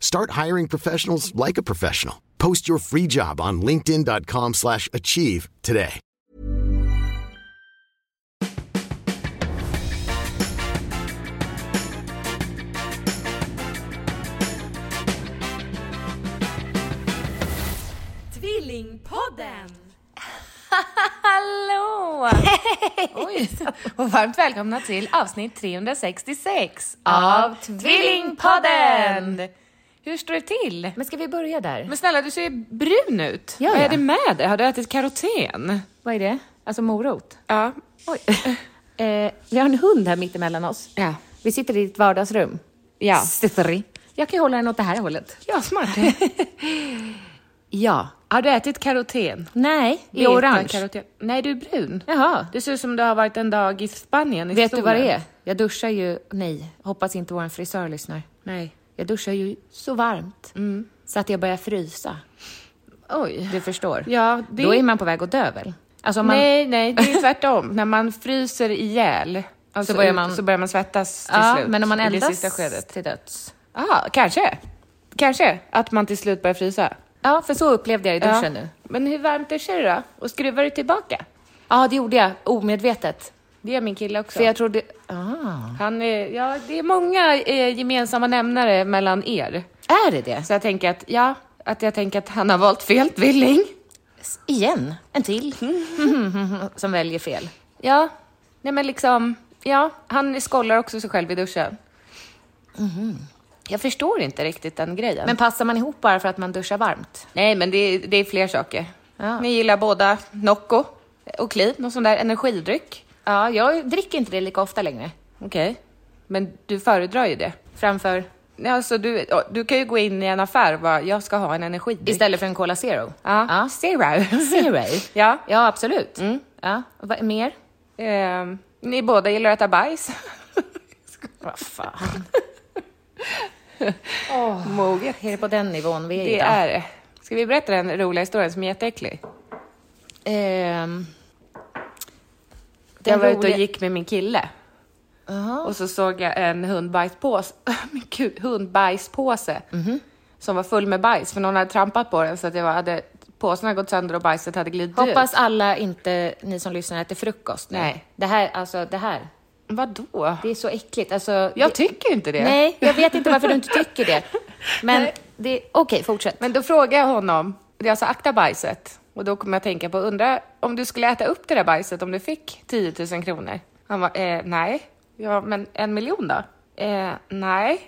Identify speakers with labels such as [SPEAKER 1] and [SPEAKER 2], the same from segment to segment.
[SPEAKER 1] Start hiring professionals like a professional. Post your free job on linkedin.com/achieve slash achieve today.
[SPEAKER 2] Tvillingpodden!
[SPEAKER 3] Hallå! Oj, och varmt välkomna till avsnitt 366 av Tvillingpodden! Hur står det till?
[SPEAKER 2] Men ska vi börja där?
[SPEAKER 3] Men snälla, du ser brun ut.
[SPEAKER 2] Ja,
[SPEAKER 3] Vad
[SPEAKER 2] ja.
[SPEAKER 3] är det med dig? Har du ätit karoten?
[SPEAKER 2] Vad är det? Alltså morot?
[SPEAKER 3] Ja.
[SPEAKER 2] Oj. eh, vi har en hund här mitt emellan oss.
[SPEAKER 3] Ja.
[SPEAKER 2] Vi sitter i ditt vardagsrum.
[SPEAKER 3] Ja.
[SPEAKER 2] Sitter i. Jag kan ju hålla den åt det här hållet.
[SPEAKER 3] Ja, smart. ja. Har du ätit karoten?
[SPEAKER 2] Nej, i
[SPEAKER 3] Beta
[SPEAKER 2] orange.
[SPEAKER 3] karoten. Nej, du är brun.
[SPEAKER 2] Jaha.
[SPEAKER 3] Du ser ut som du har varit en dag i Spanien i
[SPEAKER 2] Vet du vad
[SPEAKER 3] solen.
[SPEAKER 2] det är? Jag duschar ju... Nej, hoppas inte vår frisör lyssnar.
[SPEAKER 3] Nej. Mm.
[SPEAKER 2] Jag duschar ju så varmt så att jag börjar frysa.
[SPEAKER 3] Oj.
[SPEAKER 2] Du förstår.
[SPEAKER 3] Ja, det-
[SPEAKER 2] Då är man på väg att dö väl? Alltså om man...
[SPEAKER 3] Nej, nej, det är tvärtom. När man fryser ihjäl alltså
[SPEAKER 2] börjar
[SPEAKER 3] ut-
[SPEAKER 2] man-
[SPEAKER 3] så börjar man svettas till
[SPEAKER 2] ja,
[SPEAKER 3] slut.
[SPEAKER 2] men om man
[SPEAKER 3] i det
[SPEAKER 2] eldas
[SPEAKER 3] sista skedet.
[SPEAKER 2] till döds.
[SPEAKER 3] Ja, kanske. Kanske att man till slut börjar frysa.
[SPEAKER 2] Ja, för så upplevde jag i duschen nu.
[SPEAKER 3] Men hur varmt duschar du då? Och skruvar du tillbaka?
[SPEAKER 2] Ja, det gjorde jag omedvetet.
[SPEAKER 3] Det gör min kille också.
[SPEAKER 2] För jag trodde... Ah.
[SPEAKER 3] Han är, ja, det är många eh, gemensamma nämnare mellan er.
[SPEAKER 2] Är det det?
[SPEAKER 3] Så jag tänker att, ja, att jag tänker att han har valt fel tvilling.
[SPEAKER 2] S- Igen, en till. Som väljer fel.
[SPEAKER 3] Ja, nej men liksom, ja, han skollar också sig själv i duschen. Jag förstår inte riktigt den grejen.
[SPEAKER 2] Mhm. Men passar man ihop bara för att man duschar varmt?
[SPEAKER 3] Nej, men det, är- det är fler saker.
[SPEAKER 2] Ja.
[SPEAKER 3] Ni gillar båda Nocco och Kliv, någon sån där energidryck.
[SPEAKER 2] Ja, jag dricker inte det lika ofta längre.
[SPEAKER 3] Okej. Men du föredrar ju det.
[SPEAKER 2] Framför...
[SPEAKER 3] Ja, Alltså, du, ja, du kan ju gå in i en affär och bara, jag ska ha en energidryck.
[SPEAKER 2] Istället för en Cola Zero?
[SPEAKER 3] Ja.
[SPEAKER 2] ja.
[SPEAKER 3] Zero.
[SPEAKER 2] Zero?
[SPEAKER 3] ja.
[SPEAKER 2] Ja, absolut.
[SPEAKER 3] Mm.
[SPEAKER 2] Ja. Och Vad, mer?
[SPEAKER 3] Ehm, ni båda gillar att äta bajs.
[SPEAKER 2] Vad fan.
[SPEAKER 3] Moget.
[SPEAKER 2] Är det på den nivån vi är
[SPEAKER 3] Det
[SPEAKER 2] idag?
[SPEAKER 3] är det. Ska vi berätta den roliga historien som är jätteäcklig?
[SPEAKER 2] Ehm,
[SPEAKER 3] jag
[SPEAKER 2] den
[SPEAKER 3] var ute
[SPEAKER 2] roliga-
[SPEAKER 3] och gick med min kille. Och så såg jag en hundbajspåse, min gud, hundbajspåse som var full med bajs för någon hade trampat på den så att jag hade, påsen hade gått sönder och bajset hade glidit
[SPEAKER 2] Hoppas
[SPEAKER 3] ut.
[SPEAKER 2] alla inte, ni som lyssnar, äter frukost nu.
[SPEAKER 3] Nej.
[SPEAKER 2] Det här, alltså det här,
[SPEAKER 3] Vadå?
[SPEAKER 2] det är så äckligt. Alltså,
[SPEAKER 3] Jag
[SPEAKER 2] det,
[SPEAKER 3] tycker inte det.
[SPEAKER 2] Nej, jag vet inte varför du inte tycker det. Men
[SPEAKER 3] Nej.
[SPEAKER 2] det, okej, fortsätt.
[SPEAKER 3] Men då frågade jag honom, jag sa alltså akta bajset. Och då kom jag att tänka på, undra om du skulle äta upp det där bajset om du fick 10 000 kronor? Han var, eh, nej. Ja, men en miljon då? Eh, nej.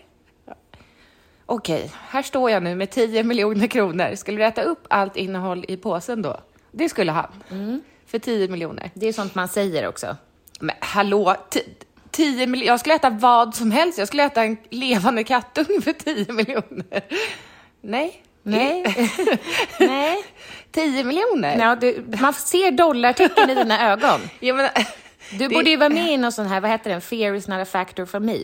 [SPEAKER 3] Okej, här står jag nu med 10 miljoner kronor. Skulle du äta upp allt innehåll i påsen då? Det skulle han. För 10 miljoner.
[SPEAKER 2] Det är sånt man säger också.
[SPEAKER 3] Men hallå, ti- 10 miljoner. Jag skulle äta vad som helst. Jag skulle äta en levande kattunge för 10 miljoner. Nej.
[SPEAKER 2] Nej. Nej.
[SPEAKER 3] 10 miljoner?
[SPEAKER 2] Ja, du, man ser dollartecken i dina ögon.
[SPEAKER 3] Jag menar,
[SPEAKER 2] Du
[SPEAKER 3] det-
[SPEAKER 2] borde ju vara med i någon sån här, vad heter den, fear is not a factor for me.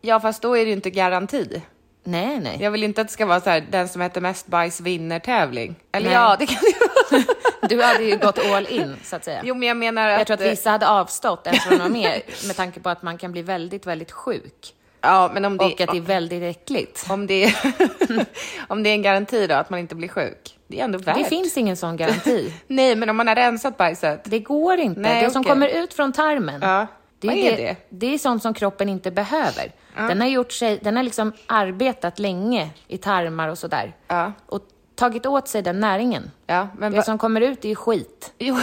[SPEAKER 3] Ja, fast då är det ju inte garanti.
[SPEAKER 2] Nej, nej.
[SPEAKER 3] Jag vill inte att det ska vara så här, den som äter mest bajs vinner tävling. Eller
[SPEAKER 2] Nej.
[SPEAKER 3] ja, det kan det ju vara.
[SPEAKER 2] Du hade ju gått all in, så att säga.
[SPEAKER 3] Jo, men jag menar att...
[SPEAKER 2] Jag tror att
[SPEAKER 3] eh,
[SPEAKER 2] vissa hade avstått eftersom de var med, med tanke på att man kan bli väldigt, väldigt sjuk.
[SPEAKER 3] eh, Ja, men om det,
[SPEAKER 2] Och att det är väldigt äckligt.
[SPEAKER 3] om, det om det är en garanti då, att man inte blir sjuk. Det är ändå värt.
[SPEAKER 2] Det finns ingen sån garanti.
[SPEAKER 3] Nej, men om man har rensat bajset.
[SPEAKER 2] Det går inte.
[SPEAKER 3] Nej,
[SPEAKER 2] det som
[SPEAKER 3] okej.
[SPEAKER 2] kommer ut från tarmen,
[SPEAKER 3] Ja.
[SPEAKER 2] är
[SPEAKER 3] Vad är det?
[SPEAKER 2] det är sånt som kroppen inte behöver. Den har gjort sig, den har liksom arbetat länge i tarmar och sådär.
[SPEAKER 3] Ja.
[SPEAKER 2] Och tagit åt sig den näringen.
[SPEAKER 3] Ja, men
[SPEAKER 2] Det
[SPEAKER 3] va-
[SPEAKER 2] som kommer ut är ju skit.
[SPEAKER 3] Jo,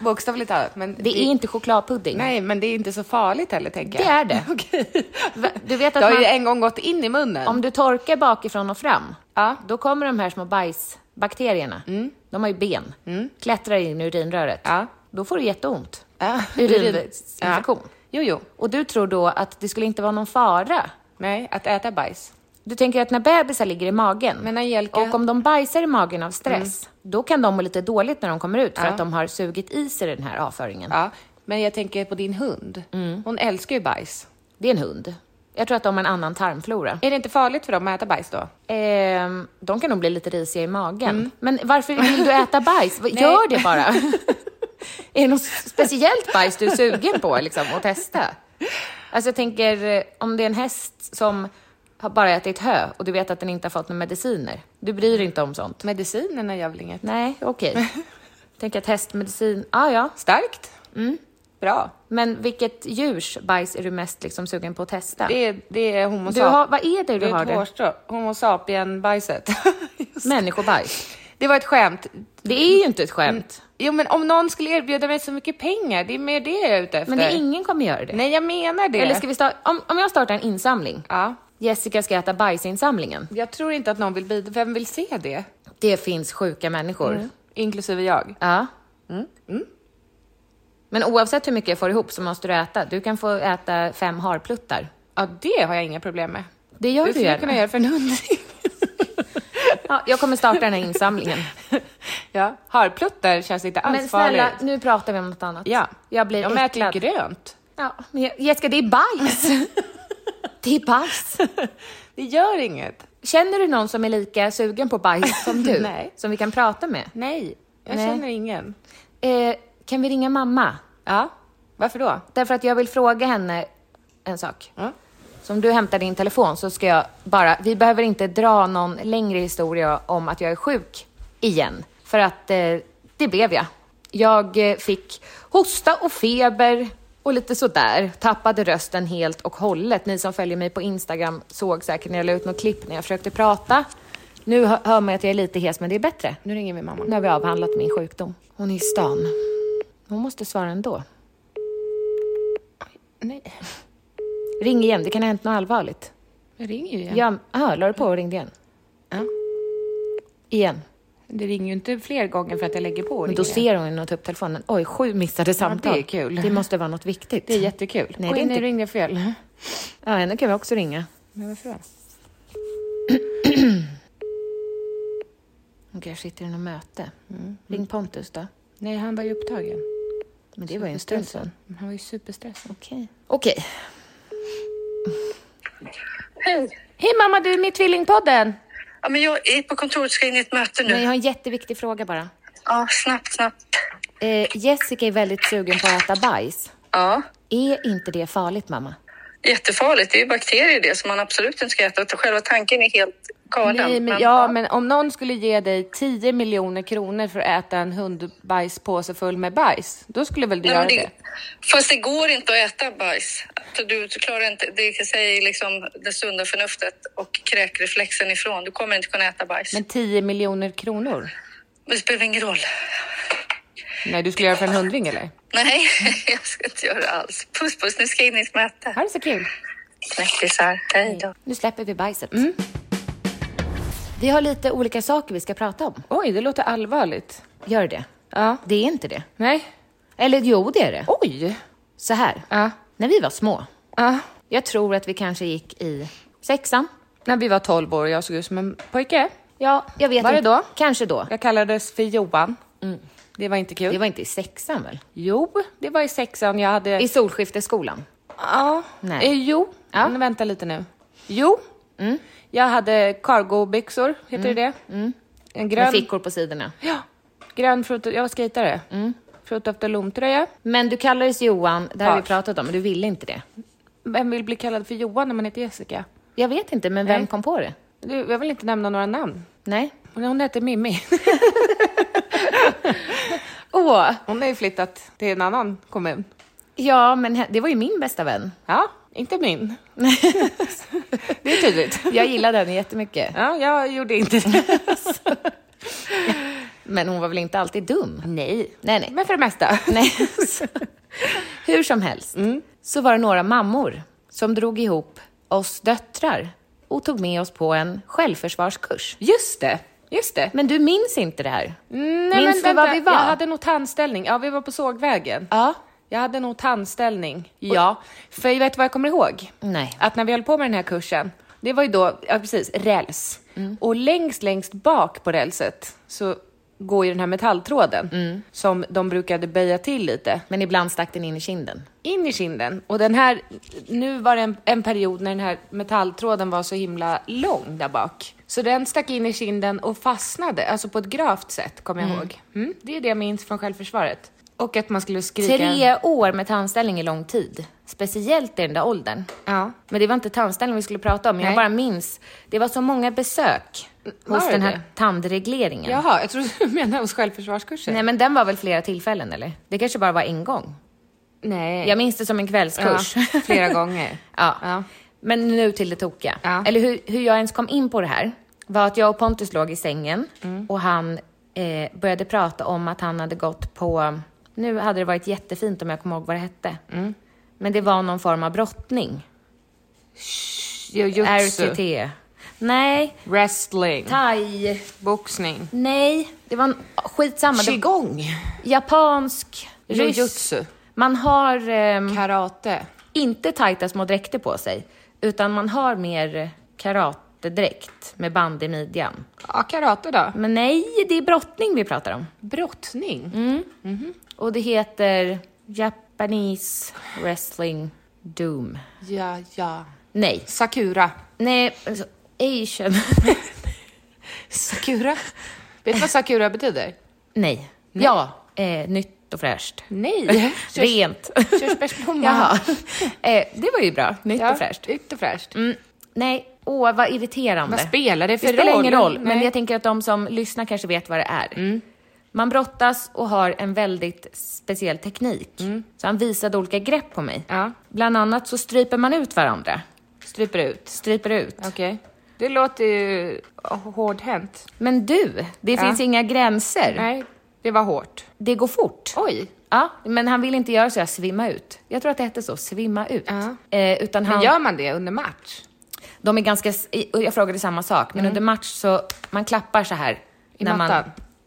[SPEAKER 3] bokstavligt talat. Men
[SPEAKER 2] Det är inte chokladpudding.
[SPEAKER 3] Nej, men det är inte så farligt heller, tänker
[SPEAKER 2] Det
[SPEAKER 3] jag.
[SPEAKER 2] är det. Va- Du vet att
[SPEAKER 3] det har
[SPEAKER 2] man,
[SPEAKER 3] ju en gång gått in i munnen.
[SPEAKER 2] om du torkar bakifrån och fram,
[SPEAKER 3] Ja. Mm.
[SPEAKER 2] då kommer de här små bajsbakterierna. De har ju ben. Klättrar in i urinröret.
[SPEAKER 3] Ja.
[SPEAKER 2] Då får du jätteont.
[SPEAKER 3] Ja,
[SPEAKER 2] Urininfektion.
[SPEAKER 3] Ja. Jo, jo.
[SPEAKER 2] Och du tror då att det skulle inte vara någon fara?
[SPEAKER 3] Nej, att äta bajs.
[SPEAKER 2] Du tänker att när bebisar ligger i magen
[SPEAKER 3] Men Mm. Angelica-
[SPEAKER 2] och om de bajsar i magen av stress, då kan de må lite dåligt när de kommer ut för att de har sugit i sig den här avföringen.
[SPEAKER 3] Ja. Men jag tänker på din hund.
[SPEAKER 2] Mm.
[SPEAKER 3] Hon älskar ju bajs.
[SPEAKER 2] Det är en hund. Jag tror att de har en annan tarmflora.
[SPEAKER 3] Är det inte farligt för dem att äta bajs då?
[SPEAKER 2] Ehm, de kan nog bli lite risiga i magen.
[SPEAKER 3] Mm.
[SPEAKER 2] Men varför vill du äta bajs? Vad- Gör det bara. är det något speciellt bajs du är sugen på liksom, att testa? Alltså jag tänker, eh, om det är en häst som har bara ätit hö och du vet att den inte har fått några mediciner. Du bryr dig inte om sånt?
[SPEAKER 3] Medicinerna gör väl inget?
[SPEAKER 2] Nej, okej. Tänker att hästmedicin, ah, ja.
[SPEAKER 3] Starkt.
[SPEAKER 2] Mm.
[SPEAKER 3] Bra.
[SPEAKER 2] Men vilket djurs bajs är du mest liksom, sugen på att testa?
[SPEAKER 3] Det är, det är homo
[SPEAKER 2] Du har, vad är det du
[SPEAKER 3] Det är
[SPEAKER 2] har?
[SPEAKER 3] ett
[SPEAKER 2] där?
[SPEAKER 3] hårstrå. Homo sapien-bajset. Just.
[SPEAKER 2] Människobajs.
[SPEAKER 3] det var ett skämt.
[SPEAKER 2] Det är ju inte ett skämt.
[SPEAKER 3] Jo, men om någon skulle erbjuda mig så mycket pengar, det är mer det jag är ute efter.
[SPEAKER 2] Men det är ingen kommer göra det.
[SPEAKER 3] Nej, jag menar det.
[SPEAKER 2] Eller ska vi starta, om, om jag startar en insamling.
[SPEAKER 3] Ja.
[SPEAKER 2] Jessica ska äta bajsinsamlingen.
[SPEAKER 3] Jag tror inte att någon vill bidra. Vem vill se det?
[SPEAKER 2] Det finns sjuka människor.
[SPEAKER 3] Inklusive jag.
[SPEAKER 2] Ja. Mm, Men oavsett hur mycket jag får ihop så måste du äta. Du kan få äta fem harpluttar.
[SPEAKER 3] Ja, det har jag inga problem med.
[SPEAKER 2] Det gör
[SPEAKER 3] det
[SPEAKER 2] du
[SPEAKER 3] skulle
[SPEAKER 2] gärna.
[SPEAKER 3] jag kunna göra för en hundring.
[SPEAKER 2] Ja, jag kommer starta den här insamlingen.
[SPEAKER 3] ja. Harpluttar känns inte alls
[SPEAKER 2] Men snälla,
[SPEAKER 3] farligt.
[SPEAKER 2] nu pratar vi om något annat.
[SPEAKER 3] Ja.
[SPEAKER 2] Jag blir
[SPEAKER 3] De äter ju
[SPEAKER 2] äcklad.
[SPEAKER 3] grönt.
[SPEAKER 2] Ja, men jag- Jessica, det är bajs. det är bajs.
[SPEAKER 3] Det gör inget.
[SPEAKER 2] Känner du någon som är lika sugen på bajs som du?
[SPEAKER 3] Nej.
[SPEAKER 2] Som vi kan prata med?
[SPEAKER 3] Nej, jag
[SPEAKER 2] Nej.
[SPEAKER 3] känner ingen.
[SPEAKER 2] Eh, kan vi ringa mamma?
[SPEAKER 3] Ja, varför då?
[SPEAKER 2] Därför att jag vill fråga henne en sak.
[SPEAKER 3] Ja.
[SPEAKER 2] Så om du hämtar din telefon så ska jag bara, vi behöver inte dra någon längre historia om att jag är sjuk igen. För att eh, det blev jag. Jag eh, fick hosta och feber och lite sådär. Tappade rösten helt och hållet. Ni som följer mig på Instagram såg säkert när jag la ut något klipp när jag försökte prata. Nu hö- hör man att jag är lite hes, men det är bättre.
[SPEAKER 3] Nu ringer vi mamma.
[SPEAKER 2] Nu har vi avhandlat min sjukdom. Hon är i stan. Hon måste svara ändå.
[SPEAKER 3] Nej,
[SPEAKER 2] Ring igen, det kan ha hänt något allvarligt.
[SPEAKER 3] jag ringer ju igen.
[SPEAKER 2] Ja, aha, la du på och ringde igen?
[SPEAKER 3] Ja.
[SPEAKER 2] Igen.
[SPEAKER 3] Det ringer ju inte fler gånger för att jag lägger på och
[SPEAKER 2] Men då
[SPEAKER 3] ringer.
[SPEAKER 2] ser hon ju när hon tar upp telefonen. Oj, sju missade samtal.
[SPEAKER 3] det är kul.
[SPEAKER 2] Det måste vara något viktigt.
[SPEAKER 3] Det är jättekul.
[SPEAKER 2] Nej,
[SPEAKER 3] Oj,
[SPEAKER 2] det är
[SPEAKER 3] nu
[SPEAKER 2] inte-
[SPEAKER 3] ringde jag fel.
[SPEAKER 2] Ja, henne kan vi också ringa.
[SPEAKER 3] Men varför då?
[SPEAKER 2] Hon kanske sitter i något möte.
[SPEAKER 3] Mm.
[SPEAKER 2] Ring Pontus då.
[SPEAKER 3] Nej, han var ju upptagen.
[SPEAKER 2] Men det var ju en stund sedan.
[SPEAKER 3] Men Han var ju superstressad.
[SPEAKER 2] Okej. Okej. Hej mamma, du är med i Tvillingpodden.
[SPEAKER 4] Ja, men jag är på kontoret ska in i ett möte
[SPEAKER 2] Men
[SPEAKER 4] nu.
[SPEAKER 2] jag har en jätteviktig fråga bara.
[SPEAKER 4] Ja, snabbt, snabbt.
[SPEAKER 2] Eh, Jessica är väldigt sugen på att äta bajs.
[SPEAKER 4] Ja,
[SPEAKER 2] Är inte det farligt mamma?
[SPEAKER 4] jättefarligt. Det är ju bakterier i det som man absolut inte ska äta. Själva tanken är helt galen.
[SPEAKER 3] Nej, men, ja, men om någon skulle ge dig 10 miljoner kronor för att äta en hundbajspåse full med bajs, då skulle väl du
[SPEAKER 4] Nej,
[SPEAKER 3] göra
[SPEAKER 4] men
[SPEAKER 3] det?
[SPEAKER 4] det, fast det går inte att äta bajs. Alltså, Du klarar inte, det säger liksom det sunda förnuftet och kräkreflexen ifrån. Du kommer inte kunna äta bajs. Men
[SPEAKER 3] Men 10 miljoner kronor?
[SPEAKER 4] det spelar ingen roll.
[SPEAKER 3] Nej, du skulle göra för en hundring eller?
[SPEAKER 4] Nej, jag ska inte göra det alls. Puss puss, nu ska jag in i ett möte.
[SPEAKER 3] Ha det så kul!
[SPEAKER 4] Knäckisar, hej då.
[SPEAKER 2] Nu släpper vi bajset.
[SPEAKER 3] Mm.
[SPEAKER 2] Vi har lite olika saker vi ska prata om.
[SPEAKER 3] Oj, det låter allvarligt.
[SPEAKER 2] Gör det?
[SPEAKER 3] Ja.
[SPEAKER 2] Det är inte det.
[SPEAKER 3] Nej.
[SPEAKER 2] Eller jo, det är det.
[SPEAKER 3] Oj!
[SPEAKER 2] Så här.
[SPEAKER 3] Ja.
[SPEAKER 2] När vi var små.
[SPEAKER 3] Ja.
[SPEAKER 2] Jag tror att vi kanske gick i sexan.
[SPEAKER 3] När vi var 12 år och jag såg ut som en pojke.
[SPEAKER 2] Ja, jag vet
[SPEAKER 3] Var det
[SPEAKER 2] inte.
[SPEAKER 3] då?
[SPEAKER 2] Kanske då.
[SPEAKER 3] Jag kallades för Johan. Det var inte kul.
[SPEAKER 2] Det var inte i sexan väl?
[SPEAKER 3] Jo, det var i sexan jag hade...
[SPEAKER 2] I Solskifteskolan.
[SPEAKER 3] Ja.
[SPEAKER 2] Nej. Mm.
[SPEAKER 3] Eh, jo. Men vänta lite nu. Jo. Jag hade cargobyxor, heter det mm. En grön...
[SPEAKER 2] Med fickor på sidorna.
[SPEAKER 3] Ja. Grön fruit... Jag var skejtare.
[SPEAKER 2] Mm.
[SPEAKER 3] Fruit of the Loom-tröja.
[SPEAKER 2] Men du kallades Johan, det har vi
[SPEAKER 3] Ja.
[SPEAKER 2] pratat om, men du ville inte det.
[SPEAKER 3] Vem vill bli kallad för Johan när man heter Jessica?
[SPEAKER 2] Jag vet inte, men vem
[SPEAKER 3] Nej.
[SPEAKER 2] kom på det?
[SPEAKER 3] Du, jag vill inte nämna några namn.
[SPEAKER 2] Nej.
[SPEAKER 3] Hon, hon heter Mimmi.
[SPEAKER 2] Åh!
[SPEAKER 3] Hon har ju flyttat till en annan kommun.
[SPEAKER 2] Ja, men he- det var ju min bästa vän.
[SPEAKER 3] Ja. Inte min.
[SPEAKER 2] Det är tydligt. Jag gillar den jättemycket.
[SPEAKER 3] Ja, jag gjorde inte det.
[SPEAKER 2] Men hon var väl inte alltid dum?
[SPEAKER 3] Nej.
[SPEAKER 2] Nej, nej.
[SPEAKER 3] Men för det mesta. Mm.
[SPEAKER 2] nej. Hur som helst, så var det några mammor som drog ihop oss döttrar och tog med oss på en självförsvarskurs.
[SPEAKER 3] Just det, just det. Mm.
[SPEAKER 2] Men du minns inte det här?
[SPEAKER 3] Nej,
[SPEAKER 2] minns du var vi var?
[SPEAKER 3] Jag hade nog tandställning. Ja, vi var på sågvägen.
[SPEAKER 2] Ja.
[SPEAKER 3] Jag hade nog tandställning. Ja, för jag vet vad jag kommer ihåg?
[SPEAKER 2] Nej.
[SPEAKER 3] Att när vi höll på med den här kursen, det var ju då, ja precis, räls. Och längst, längst bak på rälset så går ju den här metalltråden som de brukade böja till lite
[SPEAKER 2] Men ibland stack den in i kinden.
[SPEAKER 3] in i kinden. Och den här, nu var det en, en period när den här metalltråden var så himla lång där bak. Så den stack in i kinden och fastnade, alltså på ett gravt sätt, kommer jag ihåg. Mm, det är det jag minns från självförsvaret. Och att man skulle skrika...
[SPEAKER 2] Tre år med tandställning är lång tid. Speciellt i den där åldern.
[SPEAKER 3] Ja.
[SPEAKER 2] Men det var inte tandställning vi skulle prata om. Jag
[SPEAKER 3] Nej.
[SPEAKER 2] bara minns, det var så många besök
[SPEAKER 3] var
[SPEAKER 2] hos
[SPEAKER 3] det
[SPEAKER 2] den här
[SPEAKER 3] det?
[SPEAKER 2] tandregleringen.
[SPEAKER 3] Jaha, jag trodde du menade hos självförsvarskursen.
[SPEAKER 2] Nej men den var väl flera tillfällen eller? Det kanske bara var en gång.
[SPEAKER 3] Nej.
[SPEAKER 2] Jag minns det som en kvällskurs.
[SPEAKER 3] Ja, flera gånger.
[SPEAKER 2] ja.
[SPEAKER 3] Ja.
[SPEAKER 2] Men nu till det tokiga.
[SPEAKER 3] Ja.
[SPEAKER 2] Eller hur, hur jag ens kom in på det här var att jag och Pontus låg i sängen
[SPEAKER 3] Mm.
[SPEAKER 2] och han eh, började prata om att han hade gått på, nu hade det varit jättefint om jag kommer ihåg vad det hette,
[SPEAKER 3] Mm.
[SPEAKER 2] men det var någon form av brottning.
[SPEAKER 3] Jujutsu.
[SPEAKER 2] RTT. Nej,
[SPEAKER 3] Wrestling.
[SPEAKER 2] thai.
[SPEAKER 3] Boxning.
[SPEAKER 2] Nej, det var en, skitsamma. Det,
[SPEAKER 3] Qigong.
[SPEAKER 2] japansk, rysk.
[SPEAKER 3] Jujutsu.
[SPEAKER 2] Man har ehm,
[SPEAKER 3] Karate.
[SPEAKER 2] inte tajta små dräkter på sig, utan man har mer karatedräkt med band i midjan.
[SPEAKER 3] Ja, karate då.
[SPEAKER 2] Men nej, det är brottning vi pratar om.
[SPEAKER 3] Brottning.
[SPEAKER 2] Mm. Och det heter Japanese Wrestling Doom.
[SPEAKER 3] Ja, ja.
[SPEAKER 2] Nej,
[SPEAKER 3] Sakura.
[SPEAKER 2] nej, alltså, Asian.
[SPEAKER 3] Sakura? Vet du vad Sakura betyder?
[SPEAKER 2] nej. Ja, eh, nytt och fräscht.
[SPEAKER 3] Nej.
[SPEAKER 2] Rent.
[SPEAKER 3] Körsbärsblomma.
[SPEAKER 2] Jaha. Eh, det var ju bra. Nytt
[SPEAKER 3] Ja,
[SPEAKER 2] och fräscht.
[SPEAKER 3] Nytt och fräscht.
[SPEAKER 2] Mm. Nej, åh vad irriterande.
[SPEAKER 3] Vad spelar det för
[SPEAKER 2] Det spelar
[SPEAKER 3] roll?
[SPEAKER 2] ingen roll, men
[SPEAKER 3] Nej. Mm.
[SPEAKER 2] jag tänker att de som lyssnar kanske vet vad det är. Man brottas och har en väldigt speciell teknik. Så han visade olika grepp på mig.
[SPEAKER 3] Mm. Ja.
[SPEAKER 2] Bland annat så stryper man ut varandra.
[SPEAKER 3] Stryper ut.
[SPEAKER 2] Stryper ut.
[SPEAKER 3] Okej. Det låter ju hårdhänt.
[SPEAKER 2] Men du, det finns inga gränser.
[SPEAKER 3] Nej, det var hårt.
[SPEAKER 2] Det går fort.
[SPEAKER 3] Oj.
[SPEAKER 2] Ja, men han ville inte göra så jag svimma ut. Jag tror att det hette så, svimma ut. Eh, utan
[SPEAKER 3] Men
[SPEAKER 2] han,
[SPEAKER 3] gör man det under match?
[SPEAKER 2] de är ganska, s- i- och jag frågade samma sak, men under match så, man klappar så här.
[SPEAKER 3] Mm. I
[SPEAKER 2] man,
[SPEAKER 3] mattan?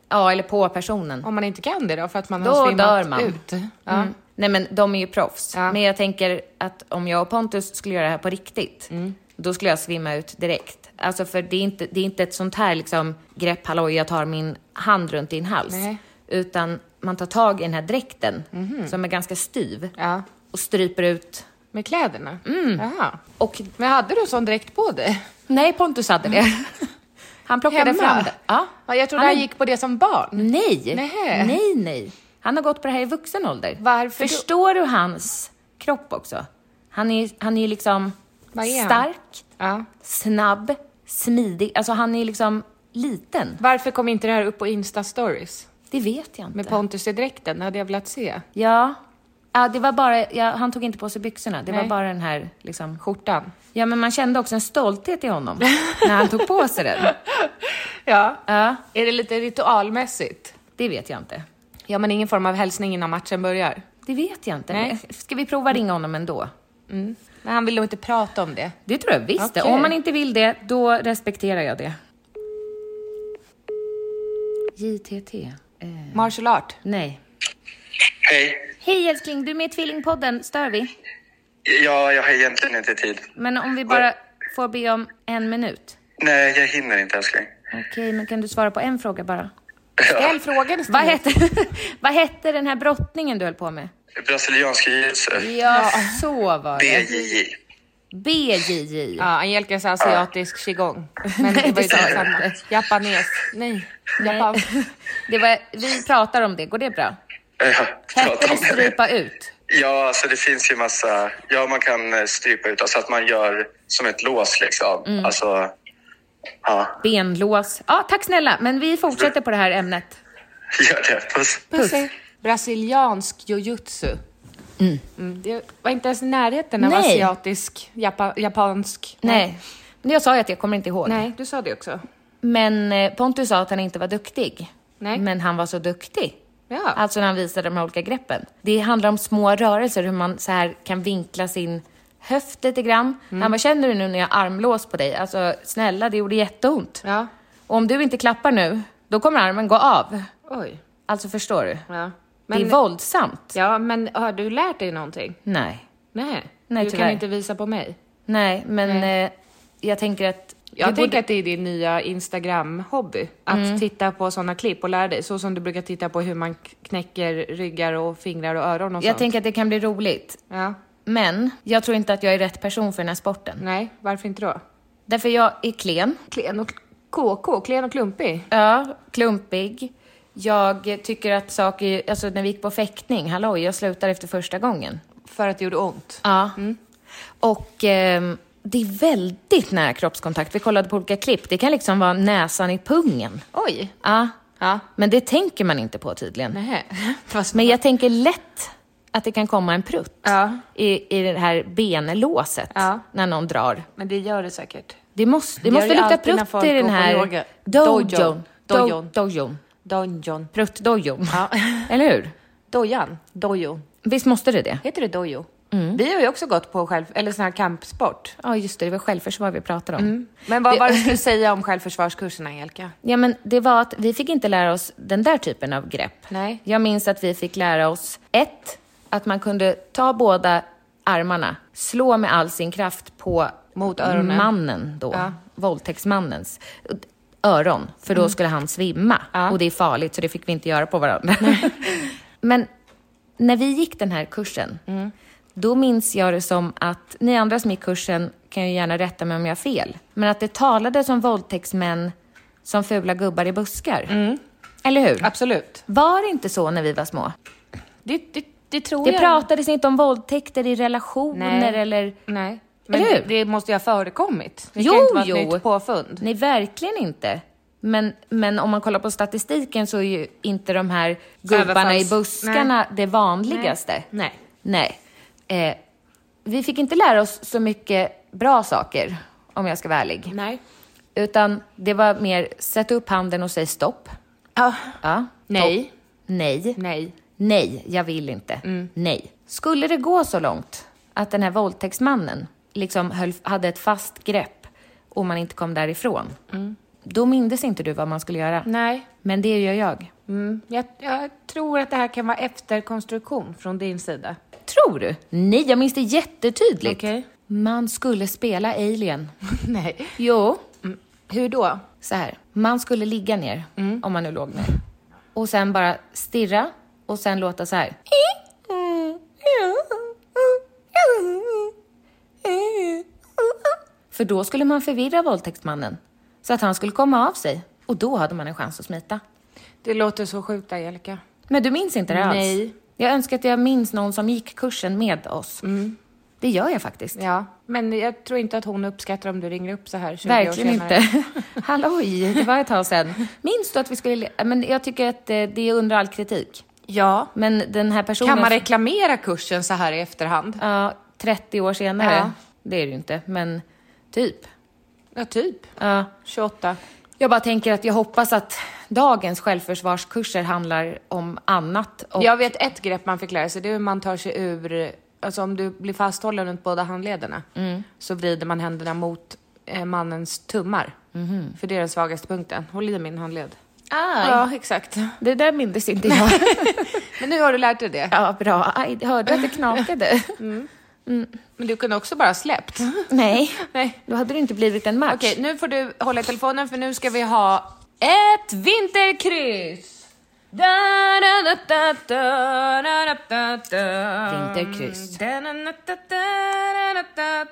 [SPEAKER 2] Ja, eller på personen.
[SPEAKER 3] Om man inte kan det då för att man
[SPEAKER 2] Då
[SPEAKER 3] har svimmat
[SPEAKER 2] dör man.
[SPEAKER 3] ut? Ja.
[SPEAKER 2] Mm. Nej men de är ju proffs.
[SPEAKER 3] Ja.
[SPEAKER 2] Men jag tänker att om jag och Pontus skulle göra det här på riktigt,
[SPEAKER 3] Mm.
[SPEAKER 2] då skulle jag svimma ut direkt. Alltså för det är inte, det är inte ett sånt här liksom grepp, hallå jag tar min hand runt din hals.
[SPEAKER 3] Nej. Mhm.
[SPEAKER 2] Utan man tar tag i den här dräkten, som är ganska styv,
[SPEAKER 3] Ja.
[SPEAKER 2] och stryper ut.
[SPEAKER 3] Med kläderna? Mm. Jaha.
[SPEAKER 2] Och
[SPEAKER 3] Men hade du sån dräkt på dig?
[SPEAKER 2] nej, Pontus hade det. Han plockade
[SPEAKER 3] Mm. Hemma?
[SPEAKER 2] fram det. Ja.
[SPEAKER 3] Ja, jag trodde
[SPEAKER 2] Han
[SPEAKER 3] han,
[SPEAKER 2] är-
[SPEAKER 3] gick på det som barn.
[SPEAKER 2] Nej.
[SPEAKER 3] Nähä.
[SPEAKER 2] nej, nej. Han har gått på det här i vuxen ålder.
[SPEAKER 3] Varför då?
[SPEAKER 2] Förstår du hans kropp också? Han är ju han är ju liksom
[SPEAKER 3] Vad är han?
[SPEAKER 2] stark,
[SPEAKER 3] Ja.
[SPEAKER 2] snabb, smidig. Alltså han är liksom liten.
[SPEAKER 3] Varför kom inte det här upp på Insta-stories?
[SPEAKER 2] Det vet jag inte.
[SPEAKER 3] Med Pontus i dräkten, det hade jag velat se.
[SPEAKER 2] ja. ja, det var bara, ja, han tog inte på sig byxorna. Det var
[SPEAKER 3] Nej.
[SPEAKER 2] bara den här liksom...
[SPEAKER 3] Skjortan.
[SPEAKER 2] Ja, men man kände också en stolthet i honom när han tog på sig den.
[SPEAKER 3] Ja.
[SPEAKER 2] Ja,
[SPEAKER 3] Är det lite ritualmässigt?
[SPEAKER 2] det vet jag inte.
[SPEAKER 3] Ja, men ingen form av hälsning innan matchen börjar.
[SPEAKER 2] Det vet jag inte.
[SPEAKER 3] Nej.
[SPEAKER 2] Ska vi prova ringa honom ändå?
[SPEAKER 3] Men han vill nog inte prata om det.
[SPEAKER 2] Det tror jag visst det.
[SPEAKER 3] Okej.
[SPEAKER 2] Om man inte vill det, då respekterar jag det. JTT? Eh,
[SPEAKER 3] Martial art.
[SPEAKER 2] nej.
[SPEAKER 5] Hej.
[SPEAKER 2] Hej älskling, du är med i Tvillingpodden. Stör vi?
[SPEAKER 5] Ja, jag har egentligen inte tid.
[SPEAKER 2] Men om vi bara får be om en minut.
[SPEAKER 5] Nej, jag hinner inte älskling.
[SPEAKER 2] Okej, men kan du svara på en fråga bara?
[SPEAKER 3] Ställ frågan istället.
[SPEAKER 2] Vad hette, vad hette den här brottningen du höll på med?
[SPEAKER 5] Brasilianska E. jujutsu.
[SPEAKER 2] Ja, så var det.
[SPEAKER 5] BJJ.
[SPEAKER 2] BJJ.
[SPEAKER 3] Ja, Angelica sa asiatisk qigong. Men det
[SPEAKER 2] Nej,
[SPEAKER 3] var ju
[SPEAKER 2] det sa
[SPEAKER 3] inte
[SPEAKER 2] jag
[SPEAKER 3] samma.
[SPEAKER 2] inte.
[SPEAKER 3] Japanes. Nej, japan.
[SPEAKER 2] Nej. Det var, vi pratar om det, går det bra?
[SPEAKER 5] Ja, prata
[SPEAKER 2] Hette det
[SPEAKER 5] om det.
[SPEAKER 2] strypa ut?
[SPEAKER 5] Ja, alltså det finns ju massa... Ja, man kan eh, strypa ut. Alltså att man gör som ett lås liksom. Alltså... Ja,
[SPEAKER 2] Benlås? Ja, tack snälla, men vi fortsätter på det här ämnet.
[SPEAKER 5] gör det. Puss.
[SPEAKER 3] Brasiliansk jujutsu. Mm, det var inte ens i närheten av
[SPEAKER 2] Nej.
[SPEAKER 3] asiatisk, japa, japansk.
[SPEAKER 2] Nej. Men jag sa ju att jag kommer inte ihåg.
[SPEAKER 3] Nej, du sa det också.
[SPEAKER 2] Men eh, Pontus sa att han inte var duktig.
[SPEAKER 3] Nej.
[SPEAKER 2] Men han var så duktig.
[SPEAKER 3] Ja.
[SPEAKER 2] Alltså när han visade de här olika greppen. Det handlar om små rörelser, hur man så här kan vinkla sin höft lite grann.
[SPEAKER 3] Mm.
[SPEAKER 2] Han bara, känner du nu när jag har armlås på dig? Alltså snälla, det gjorde jätteont.
[SPEAKER 3] Ja.
[SPEAKER 2] Och om du inte klappar nu, då kommer armen gå av.
[SPEAKER 3] Oj.
[SPEAKER 2] Alltså förstår du?
[SPEAKER 3] Ja.
[SPEAKER 2] det är våldsamt.
[SPEAKER 3] ja, men har du lärt dig någonting?
[SPEAKER 2] Nej.
[SPEAKER 3] Nej.
[SPEAKER 2] Nej,
[SPEAKER 3] du
[SPEAKER 2] tyvärr.
[SPEAKER 3] kan inte visa på mig.
[SPEAKER 2] Nej, men Eh, jag tänker att...
[SPEAKER 3] Jag
[SPEAKER 2] du
[SPEAKER 3] tänker
[SPEAKER 2] borde- Mm.
[SPEAKER 3] att det är din nya Instagram-hobby. Att titta på sådana klipp och lära dig. Så som du brukar titta på hur man k- knäcker ryggar och fingrar och öron och
[SPEAKER 2] jag
[SPEAKER 3] sånt.
[SPEAKER 2] tänker att det kan bli roligt.
[SPEAKER 3] Ja.
[SPEAKER 2] Men jag tror inte att jag är rätt person för den här sporten.
[SPEAKER 3] Nej, varför inte då?
[SPEAKER 2] Därför jag är klen,
[SPEAKER 3] Klen och KK, klen och klumpig.
[SPEAKER 2] ja, klumpig. Jag tycker att saker, alltså när vi gick på fäktning, hallå, jag slutade efter första gången.
[SPEAKER 3] För att det gjorde ont.
[SPEAKER 2] Ja. Och ehm, det är väldigt nära kroppskontakt. Vi kollade på olika klipp. Det kan liksom vara näsan i pungen.
[SPEAKER 3] Oj.
[SPEAKER 2] Ja.
[SPEAKER 3] Ja.
[SPEAKER 2] Men det tänker man inte på tydligen.
[SPEAKER 3] Nej. Fast
[SPEAKER 2] Men jag tänker lätt att det kan komma en prutt
[SPEAKER 3] Ja.
[SPEAKER 2] i, i det här benlåset
[SPEAKER 3] Ja.
[SPEAKER 2] när någon drar.
[SPEAKER 3] Men det gör det säkert.
[SPEAKER 2] Det måste, det
[SPEAKER 3] gör
[SPEAKER 2] måste
[SPEAKER 3] ju
[SPEAKER 2] lukta
[SPEAKER 3] alltid när
[SPEAKER 2] prutt
[SPEAKER 3] folk
[SPEAKER 2] i den
[SPEAKER 3] går på
[SPEAKER 2] här
[SPEAKER 3] yoga.
[SPEAKER 2] dojon.
[SPEAKER 3] Dojon.
[SPEAKER 2] Do-
[SPEAKER 3] Dojon.
[SPEAKER 2] Dojon.
[SPEAKER 3] Donjon.
[SPEAKER 2] Pruttdojon.
[SPEAKER 3] Ja.
[SPEAKER 2] Eller hur?
[SPEAKER 3] Dojan. Dojo.
[SPEAKER 2] Visst måste det det?
[SPEAKER 3] Heter det dojo?
[SPEAKER 2] Mm.
[SPEAKER 3] Vi har ju också gått på själv, eller sån här kampsport.
[SPEAKER 2] Ja, just det. Det var självförsvar vi pratade om.
[SPEAKER 3] Men vad
[SPEAKER 2] Det-
[SPEAKER 3] var det du skulle säga om självförsvarskurserna, Angelica?
[SPEAKER 2] Ja, men det var att vi fick inte lära oss den där typen av grepp.
[SPEAKER 3] Nej.
[SPEAKER 2] Jag minns att vi fick lära oss, ett, att man kunde ta båda armarna, slå med all sin kraft på
[SPEAKER 3] Mot öronen.
[SPEAKER 2] mannen då,
[SPEAKER 3] Ja. Mm.
[SPEAKER 2] våldtäktsmannens öron, för då skulle han svimma.
[SPEAKER 3] Ja.
[SPEAKER 2] Och det är farligt, så det fick vi inte göra på varandra. men när vi gick den här kursen,
[SPEAKER 3] Mm.
[SPEAKER 2] då minns jag det som att ni andra som gick kursen kan ju gärna rätta mig om jag har fel, men att det talades om våldtäktsmän som fula gubbar i buskar.
[SPEAKER 3] Mm.
[SPEAKER 2] Eller hur?
[SPEAKER 3] Absolut.
[SPEAKER 2] Var det inte så när vi var små?
[SPEAKER 3] Det, det, det tror
[SPEAKER 2] Det
[SPEAKER 3] jag.
[SPEAKER 2] pratades inte om våldtäkter i relationer
[SPEAKER 3] Oh, Nej.
[SPEAKER 2] eller...
[SPEAKER 3] Nej. Men
[SPEAKER 2] Eller hur?
[SPEAKER 3] det, det måste ju ha förekommit. Det
[SPEAKER 2] Jo,
[SPEAKER 3] kan ju inte vara
[SPEAKER 2] jo.
[SPEAKER 3] ett nytt påfund.
[SPEAKER 2] Nej, verkligen inte. Men, men om man kollar på statistiken så är ju inte de här gubbarna i
[SPEAKER 3] Överfalls-
[SPEAKER 2] buskarna det vanligaste.
[SPEAKER 3] Nej.
[SPEAKER 2] Nej. Eh, vi fick inte lära oss så mycket bra saker, om jag ska vara ärlig.
[SPEAKER 3] Nej.
[SPEAKER 2] Utan det var mer, sätt upp handen och säg stopp.
[SPEAKER 3] Ja.
[SPEAKER 2] Ja.
[SPEAKER 3] Nej.
[SPEAKER 2] Stopp. Nej.
[SPEAKER 3] Nej. Mm.
[SPEAKER 2] Nej, jag vill inte. Nej. Skulle det gå så långt att den här våldtäktsmannen liksom höll, hade ett fast grepp och man inte kom därifrån, då mindes inte du vad man skulle göra.
[SPEAKER 3] Mm. Nej.
[SPEAKER 2] Men det gör jag.
[SPEAKER 3] Mm. Jag, jag tror att det här kan vara efterkonstruktion från din sida.
[SPEAKER 2] Tror du? Nej, jag minns det jättetydligt.
[SPEAKER 3] Okej.
[SPEAKER 2] Man skulle spela Alien.
[SPEAKER 3] Nej.
[SPEAKER 2] jo. mm,
[SPEAKER 3] Hur då?
[SPEAKER 2] Så här, man skulle ligga ner, om man nu låg ner. Och sen bara stirra och sen låta så här. För då skulle man förvirra våldtäktsmannen. Så att han skulle komma av sig. Och då hade man en chans att smita.
[SPEAKER 3] Det låter så sjukt, Angelica.
[SPEAKER 2] Men du minns inte det alls?
[SPEAKER 3] Nej.
[SPEAKER 2] Jag önskar att jag minns någon som gick kursen med oss. Det gör jag faktiskt.
[SPEAKER 3] Ja, men jag tror inte att hon uppskattar om du ringer upp så här 20
[SPEAKER 2] Verkligen
[SPEAKER 3] år senare.
[SPEAKER 2] inte. Halloj, det var ett tag sedan. Minns du att vi skulle... Men jag tycker att eh, det är under all kritik.
[SPEAKER 3] Ja.
[SPEAKER 2] Men den här personen...
[SPEAKER 3] Kan man reklamera kursen så här i efterhand?
[SPEAKER 2] Ja, 30 år senare.
[SPEAKER 3] Ja.
[SPEAKER 2] Det är det ju inte, men typ.
[SPEAKER 3] Ja, typ.
[SPEAKER 2] Ja.
[SPEAKER 3] 28.
[SPEAKER 2] Jag bara tänker att jag hoppas att dagens självförsvarskurser handlar om annat. Och...
[SPEAKER 3] Jag vet ett grepp man fick lära sig, det är hur man tar sig ur... Alltså om du blir fasthållen runt båda handlederna
[SPEAKER 2] Mm.
[SPEAKER 3] så vrider man händerna mot eh, mannens tummar.
[SPEAKER 2] Mhm.
[SPEAKER 3] För det är den svagaste punkten. Håll i min handled.
[SPEAKER 2] Aj.
[SPEAKER 3] Ja, exakt.
[SPEAKER 2] Det där mindes inte jag.
[SPEAKER 3] Men nu har du lärt dig det.
[SPEAKER 2] ja, bra. Aj, hörde du att det knakade?
[SPEAKER 3] Men du kunde också bara ha släppt.
[SPEAKER 2] Nej.
[SPEAKER 3] Nej.
[SPEAKER 2] Då hade det inte blivit en match.
[SPEAKER 3] Okej, nu får du hålla i telefonen för nu ska vi ha ett vinterkryss! Da, da, da, da, da, da, da, da, da.
[SPEAKER 2] Vinterkryss.
[SPEAKER 3] Da, da, da, da, da,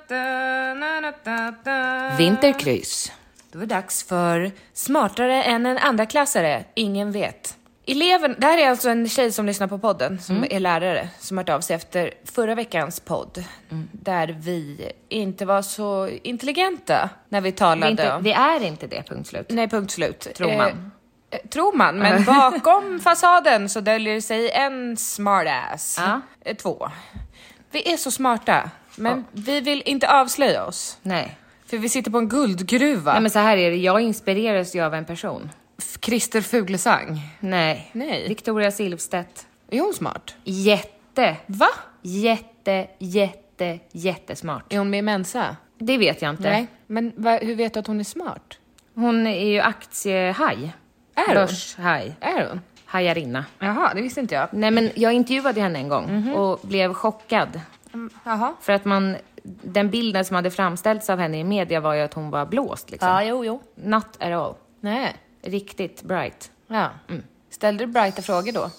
[SPEAKER 3] da, da, da, da, da, da.
[SPEAKER 2] Vinterkryss.
[SPEAKER 3] Då är det dags för Smartare än en andraklassare, ingen vet. Eleven, det här är alltså en tjej som lyssnar på podden, som
[SPEAKER 2] Mm.
[SPEAKER 3] är lärare, som har hört av sig efter förra veckans podd.
[SPEAKER 2] Mm.
[SPEAKER 3] Där vi inte var så intelligenta när vi talade
[SPEAKER 2] Vi är, inte,
[SPEAKER 3] om...
[SPEAKER 2] vi är inte det, punkt slut.
[SPEAKER 3] Nej, punkt slut. Eh,
[SPEAKER 2] Tror man.
[SPEAKER 3] tror man. Men bakom fasaden så döljer sig en smartass.
[SPEAKER 2] Ja.
[SPEAKER 3] Eh, Två. Vi är så smarta, men vi vill inte avslöja oss.
[SPEAKER 2] Nej.
[SPEAKER 3] För vi sitter på en guldgruva.
[SPEAKER 2] Nej men så här är det, jag inspireras ju av en person.
[SPEAKER 3] F- Christer Fuglesang.
[SPEAKER 2] Nej.
[SPEAKER 3] Nej.
[SPEAKER 2] Victoria Silvstedt.
[SPEAKER 3] Är hon smart?
[SPEAKER 2] Jätte,
[SPEAKER 3] Va?
[SPEAKER 2] jätte, jätte, jättesmart.
[SPEAKER 3] Är hon med i Mensa?
[SPEAKER 2] Det vet jag inte.
[SPEAKER 3] Men va, hur vet du att hon är smart?
[SPEAKER 2] Hon är ju aktiehaj.
[SPEAKER 3] Är hon?
[SPEAKER 2] Börshaj.
[SPEAKER 3] Är hon?
[SPEAKER 2] Hajarinna.
[SPEAKER 3] Jaha, det visste inte jag.
[SPEAKER 2] Nej men jag intervjuade henne en gång
[SPEAKER 3] Mhm.
[SPEAKER 2] och blev chockad.
[SPEAKER 3] Jaha.
[SPEAKER 2] För att man, den bilden som hade framställts av henne i media var ju att hon var blåst liksom.
[SPEAKER 3] jo, jo.
[SPEAKER 2] Not at all.
[SPEAKER 3] Nej.
[SPEAKER 2] Riktigt bright. Mm.
[SPEAKER 3] Ja. Ställde du brighta frågor då?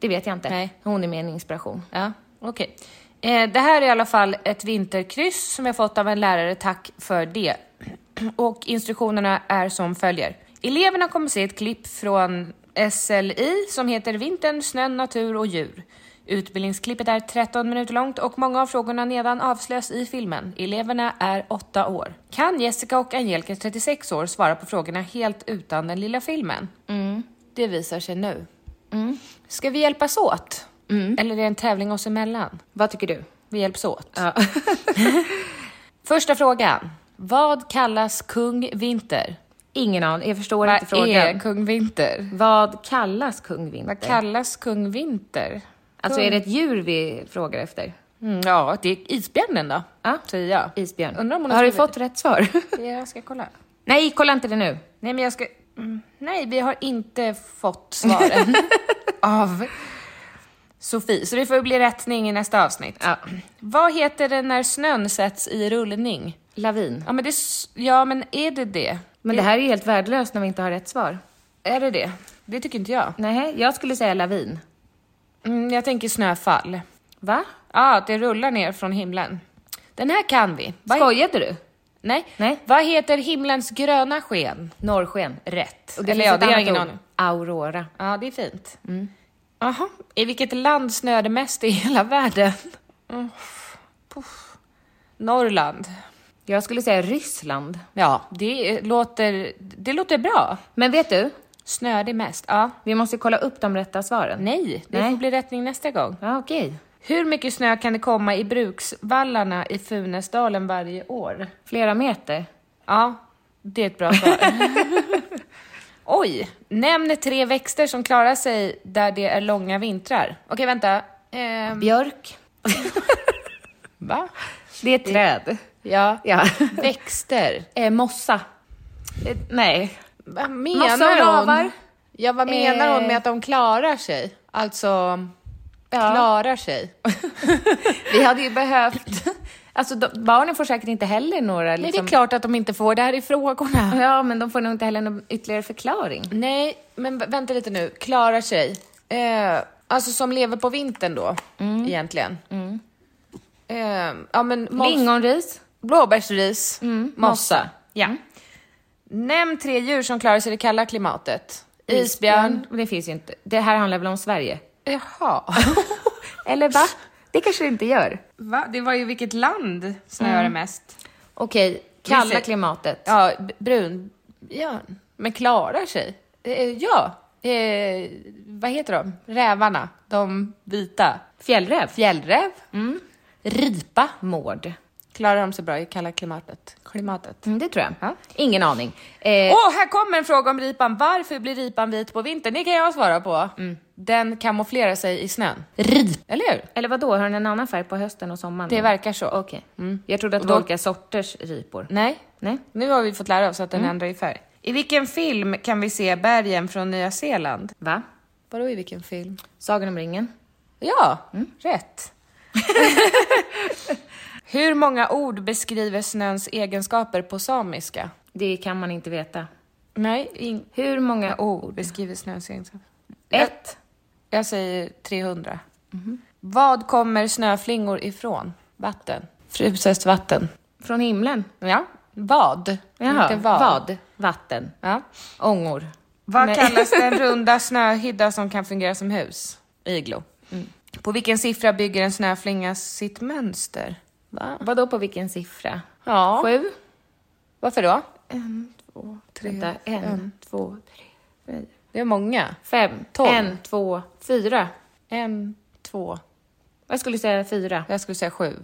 [SPEAKER 2] Det vet jag inte.
[SPEAKER 3] Nej.
[SPEAKER 2] Hon är mer en inspiration.
[SPEAKER 3] Ja, okej. Eh, det här är i alla fall ett vinterkryss som jag fått av en lärare. Tack för det. Och instruktionerna är som följer. Eleverna kommer se ett klipp från SLI som heter Vintern, snön, natur och djur. Utbildningsklippet är 13 minuter långt och många av frågorna nedan avslöjas i filmen. Eleverna är 8 år. Kan Jessica och Angelica, 36 år, svara på frågorna helt utan den lilla filmen? Det visar sig nu.
[SPEAKER 2] Mm.
[SPEAKER 3] Ska vi hjälpas åt? Eller är det en tävling oss emellan?
[SPEAKER 2] Vad tycker du?
[SPEAKER 3] Vi hjälps åt. Första frågan. Vad kallas kung Vinter?
[SPEAKER 2] Ingen aning. Jag förstår
[SPEAKER 3] Vad
[SPEAKER 2] inte frågan.
[SPEAKER 3] är kung Vinter?
[SPEAKER 2] Vad kallas kung Vinter?
[SPEAKER 3] Vad kallas kung Vinter?
[SPEAKER 2] Alltså är det ett djur vi frågar efter?
[SPEAKER 3] Mm, ja, det är isbjörnen då, säger jag.
[SPEAKER 2] Isbjörn.
[SPEAKER 3] Undrar om hon
[SPEAKER 2] har du
[SPEAKER 3] skrivit
[SPEAKER 2] fått rätt svar?
[SPEAKER 3] det. Jag ska kolla.
[SPEAKER 2] Nej, kolla inte det nu.
[SPEAKER 3] Nej, men jag ska... Mm, nej, vi har inte fått svaren av Sofie, så det får bli rättning i nästa avsnitt. Vad heter det när snön sätts i rullning?
[SPEAKER 2] Lavin.
[SPEAKER 3] Ja men, det, s- ja, men är det det?
[SPEAKER 2] Men det här är ju helt värdelöst när vi inte har rätt svar.
[SPEAKER 3] Är det det? Det tycker inte jag.
[SPEAKER 2] Nej, jag skulle säga lavin.
[SPEAKER 3] Mm, jag tänker snöfall.
[SPEAKER 2] Va?
[SPEAKER 3] Ja, att det rullar ner från himlen. Den här kan vi. Vad-
[SPEAKER 2] Skojade du?
[SPEAKER 3] Nej.
[SPEAKER 2] Nej.
[SPEAKER 3] Vad heter himlens gröna sken?
[SPEAKER 2] Norrsken. Rätt. Och det
[SPEAKER 3] Eller
[SPEAKER 2] finns
[SPEAKER 3] ja,
[SPEAKER 2] ett
[SPEAKER 3] det har jag
[SPEAKER 2] annat ord.
[SPEAKER 3] ingen aning.
[SPEAKER 2] Aurora.
[SPEAKER 3] Ja, det är fint.
[SPEAKER 2] Mm.
[SPEAKER 3] Aha. I vilket land snöar det mest i hela världen? Mm. Puff. Norrland.
[SPEAKER 2] Jag skulle säga Ryssland.
[SPEAKER 3] Ja, det låter, det låter bra.
[SPEAKER 2] Men vet du?
[SPEAKER 3] Snöar det mest? Ja.
[SPEAKER 2] Vi måste kolla upp de rätta svaren.
[SPEAKER 3] Nej, det
[SPEAKER 2] Nej.
[SPEAKER 3] får bli rättning nästa gång.
[SPEAKER 2] Ja, Ah, okej.
[SPEAKER 3] Hur mycket snö kan det komma i bruksvallarna i Funäsdalen varje år?
[SPEAKER 2] Flera meter.
[SPEAKER 3] Ja, det är ett bra svar. Oj! Nämn tre växter som klarar sig där det är långa vintrar. Okej, vänta. Ehm,
[SPEAKER 2] Björk.
[SPEAKER 3] va?
[SPEAKER 2] Det är ett träd.
[SPEAKER 3] Ja.
[SPEAKER 2] Ja.
[SPEAKER 3] Växter.
[SPEAKER 2] Eh, mossa. Eh, nej.
[SPEAKER 3] Vad
[SPEAKER 2] Mossa och
[SPEAKER 3] menar
[SPEAKER 2] lavar. Eh.
[SPEAKER 3] hon? Ja, vad menar hon med att de klarar sig? Alltså, klarar sig.
[SPEAKER 2] Vi hade ju behövt... Alltså, de, barnen får säkert inte heller några...
[SPEAKER 3] Nej,
[SPEAKER 2] Liksom,
[SPEAKER 3] det är klart att de inte får. Det här är frågorna.
[SPEAKER 2] Ja, men de får nog inte heller någon ytterligare förklaring.
[SPEAKER 3] Nej, men vä- vänta lite nu. Klarar sig. Eh, alltså som lever på vintern då,
[SPEAKER 2] Mm.
[SPEAKER 3] egentligen. Eh, ja, men mos-
[SPEAKER 2] Lingonris.
[SPEAKER 3] blåbärsris,
[SPEAKER 2] Mm,
[SPEAKER 3] mossa.
[SPEAKER 2] Ja.
[SPEAKER 3] Nämn tre djur som klarar sig i det kalla klimatet. Isbjörn.
[SPEAKER 2] Men Det finns ju inte. Det här handlar väl om Sverige?
[SPEAKER 3] Jaha.
[SPEAKER 2] Eller va? Det kanske det inte gör.
[SPEAKER 3] Va? Det var ju vilket land snöar det mest?
[SPEAKER 2] Okej, kalla
[SPEAKER 3] ser-
[SPEAKER 2] klimatet.
[SPEAKER 3] Ja, b- brunbjörn. Men klarar sig? Eh, ja. Eh, vad heter de? Rävarna. De vita.
[SPEAKER 2] Fjällräv.
[SPEAKER 3] Fjällräv. Mm.
[SPEAKER 2] Ripa. Mård.
[SPEAKER 3] Klarar de sig bra i kalla klimatet? klimatet.
[SPEAKER 2] Mm, det tror jag. Ingen aning. Eh,
[SPEAKER 3] Åh, här kommer en fråga om ripan. Varför blir ripan vit på vintern? Det kan jag svara på. Den kamouflerar sig i snön.
[SPEAKER 2] Mm. Rip.
[SPEAKER 3] Eller hur?
[SPEAKER 2] Eller vad då? har den en annan färg på hösten och sommaren?
[SPEAKER 3] Det verkar så. Mm.
[SPEAKER 2] Okej. Jag trodde att det
[SPEAKER 3] då-
[SPEAKER 2] var olika sorters ripor.
[SPEAKER 3] Nej.
[SPEAKER 2] Nej. Mm.
[SPEAKER 3] Nu har vi fått lära oss att den ändrar i färg. I vilken film kan vi se bergen från Nya Zeeland?
[SPEAKER 2] Va?
[SPEAKER 3] Vadå i vilken film?
[SPEAKER 2] Sagan om ringen.
[SPEAKER 3] Ja,
[SPEAKER 2] Mm.
[SPEAKER 3] rätt. Hur många ord beskriver snöns egenskaper på samiska?
[SPEAKER 2] Det kan man inte veta.
[SPEAKER 3] Nej, in-
[SPEAKER 2] Hur många
[SPEAKER 3] ord beskriver snöns egenskaper.
[SPEAKER 2] Ett.
[SPEAKER 3] Jag säger 300. Mhm. Vad kommer snöflingor ifrån? Vatten. Fruset vatten.
[SPEAKER 2] Från himlen.
[SPEAKER 3] Ja. Vad?
[SPEAKER 2] Jaha.
[SPEAKER 3] Inte vad.
[SPEAKER 2] vad? Vatten.
[SPEAKER 3] Ja.
[SPEAKER 2] Ångor.
[SPEAKER 3] Vad
[SPEAKER 2] Nej.
[SPEAKER 3] kallas den runda snöhydda som kan fungera som hus? Mm. Iglo. På vilken siffra bygger en snöflinga sitt mönster? Va?
[SPEAKER 2] Vad då på vilken siffra?
[SPEAKER 3] Ja.
[SPEAKER 2] Sju?
[SPEAKER 3] Varför då?
[SPEAKER 2] Vänta, en, två, tre,
[SPEAKER 3] Det är många.
[SPEAKER 6] Fem,
[SPEAKER 3] Tolv.
[SPEAKER 6] en, två, fyra.
[SPEAKER 3] En, två.
[SPEAKER 6] Jag skulle säga fyra. Mm.
[SPEAKER 3] Jag skulle säga sju.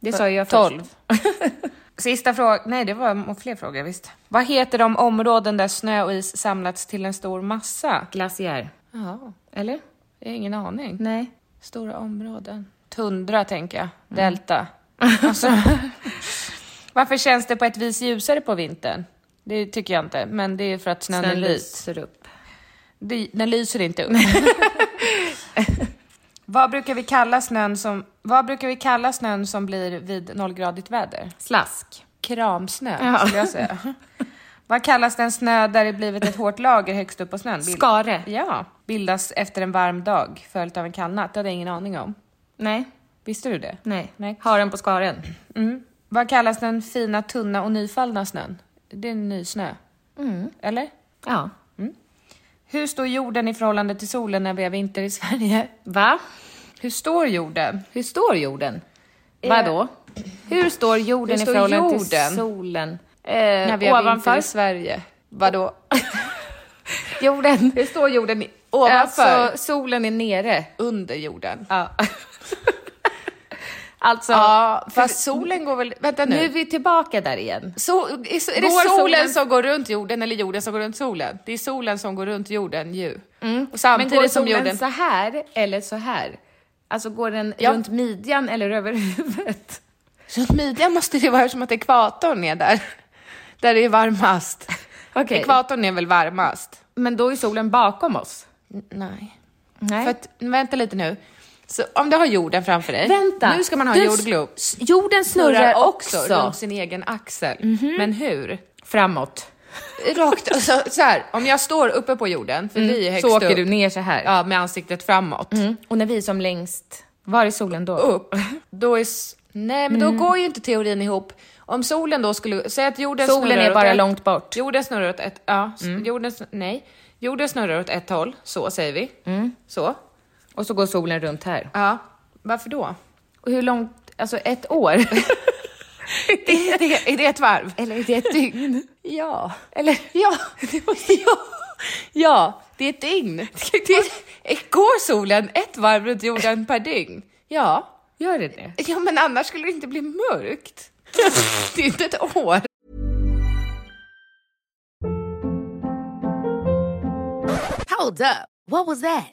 [SPEAKER 6] Det sa ju jag först.
[SPEAKER 3] Tolv. Sista frågan. Nej, det var må- fler frågor visst. Vad heter de områden där snö och is samlats till en stor massa?
[SPEAKER 6] Glaciär.
[SPEAKER 3] Ja, eller? Jag har ingen aning.
[SPEAKER 6] Nej. Mm.
[SPEAKER 3] Stora områden. Tundra tänker jag. Delta. Alltså, varför känns det på ett vis ljusare på vintern? Det tycker jag inte, men det är för att snön,
[SPEAKER 6] Den
[SPEAKER 3] är vit.
[SPEAKER 6] lyser upp.
[SPEAKER 3] Det- Den lyser inte upp. vad, brukar vi kalla snön som, vad brukar vi kalla snön som blir vid nollgradigt väder?
[SPEAKER 6] Slask.
[SPEAKER 3] Kramsnö, skulle jag säga. vad kallas den snö där det blivit ett hårt lager högst upp på snön? Bild-
[SPEAKER 6] Skare.
[SPEAKER 3] Ja, bildas efter en varm dag följt av en kall natt. Det hade jag ingen aning om.
[SPEAKER 6] Nej.
[SPEAKER 3] Visste du det?
[SPEAKER 6] Nej.
[SPEAKER 3] Nej.
[SPEAKER 6] Haren på skaren.
[SPEAKER 3] Mm. Vad kallas den fina, tunna och nyfallna snön? Det är en ny snö. Eller?
[SPEAKER 6] Ja.
[SPEAKER 3] Hur står jorden i förhållande till solen när vi har vinter i Sverige?
[SPEAKER 6] Va?
[SPEAKER 3] Hur står jorden?
[SPEAKER 6] Hur står jorden? Vadå? Hur står Eh, jorden
[SPEAKER 3] Hur står
[SPEAKER 6] i förhållande
[SPEAKER 3] jorden?
[SPEAKER 6] till solen? Eh,
[SPEAKER 3] När vi har vinter
[SPEAKER 6] ovanför
[SPEAKER 3] i Sverige? Vadå?
[SPEAKER 6] jorden.
[SPEAKER 3] Hur står jorden Alltså, i-
[SPEAKER 6] Ovanför.
[SPEAKER 3] ovanför?
[SPEAKER 6] Alltså, solen är nere.
[SPEAKER 3] Under jorden?
[SPEAKER 6] Ja. alltså,
[SPEAKER 3] Ja, fast solen går väl... Vänta
[SPEAKER 6] nu
[SPEAKER 3] nu.
[SPEAKER 6] är vi tillbaka där igen.
[SPEAKER 3] So, är, är det
[SPEAKER 6] Går
[SPEAKER 3] solen,
[SPEAKER 6] solen-
[SPEAKER 3] som går runt jorden eller jorden som går runt solen? Det är solen som går runt jorden ju. Och
[SPEAKER 6] Men
[SPEAKER 3] samtidigt
[SPEAKER 6] går
[SPEAKER 3] som
[SPEAKER 6] solen
[SPEAKER 3] jorden...
[SPEAKER 6] så här eller så här? Alltså går den
[SPEAKER 3] Ja.
[SPEAKER 6] runt midjan eller över huvudet?
[SPEAKER 3] Runt midjan måste det vara som att ekvatorn är där. Där det är varmast.
[SPEAKER 6] Okej.
[SPEAKER 3] Ekvatorn är väl varmast?
[SPEAKER 6] Men då är solen bakom oss.
[SPEAKER 3] Nej.
[SPEAKER 6] Nej.
[SPEAKER 3] För att, vänta lite nu. Så om du har jorden framför dig.
[SPEAKER 6] Vänta!
[SPEAKER 3] Nu ska man ha
[SPEAKER 6] Den
[SPEAKER 3] en
[SPEAKER 6] s-
[SPEAKER 3] jordglob.
[SPEAKER 6] s- Jorden snurrar också. Mhm.
[SPEAKER 3] runt sin egen axel. Men hur?
[SPEAKER 6] Framåt.
[SPEAKER 3] Rakt, alltså, så här, om jag står uppe på jorden, för vi är högst
[SPEAKER 6] Mm. Så åker
[SPEAKER 3] upp,
[SPEAKER 6] du ner så här. Mm.
[SPEAKER 3] Ja, med ansiktet framåt,
[SPEAKER 6] Och när vi är som längst, var är solen då? Mm.
[SPEAKER 3] upp, då är... s- Nej, men då går ju inte teorin ihop. Om solen då skulle, säg att jorden
[SPEAKER 6] Solen
[SPEAKER 3] snurrar
[SPEAKER 6] är
[SPEAKER 3] åt
[SPEAKER 6] bara
[SPEAKER 3] ett,
[SPEAKER 6] långt bort.
[SPEAKER 3] Jorden snurrar åt ett, ja, s-
[SPEAKER 6] Mm.
[SPEAKER 3] jorden, sn- nej. Jorden snurrar åt ett håll, så säger vi. Så.
[SPEAKER 6] Mm. Och så går solen runt här.
[SPEAKER 3] Ja, varför då?
[SPEAKER 6] Och hur långt, alltså ett år?
[SPEAKER 3] Är det, är det ett varv?
[SPEAKER 6] Eller är det ett dygn?
[SPEAKER 3] Ja. Eller? Ja. ja. ja, det är ett dygn. Det är, går solen ett varv runt jorden per dygn? Ja.
[SPEAKER 6] Gör det det?
[SPEAKER 3] Ja, men annars skulle det inte bli mörkt. Det är inte ett år.
[SPEAKER 7] Hold up. What was that?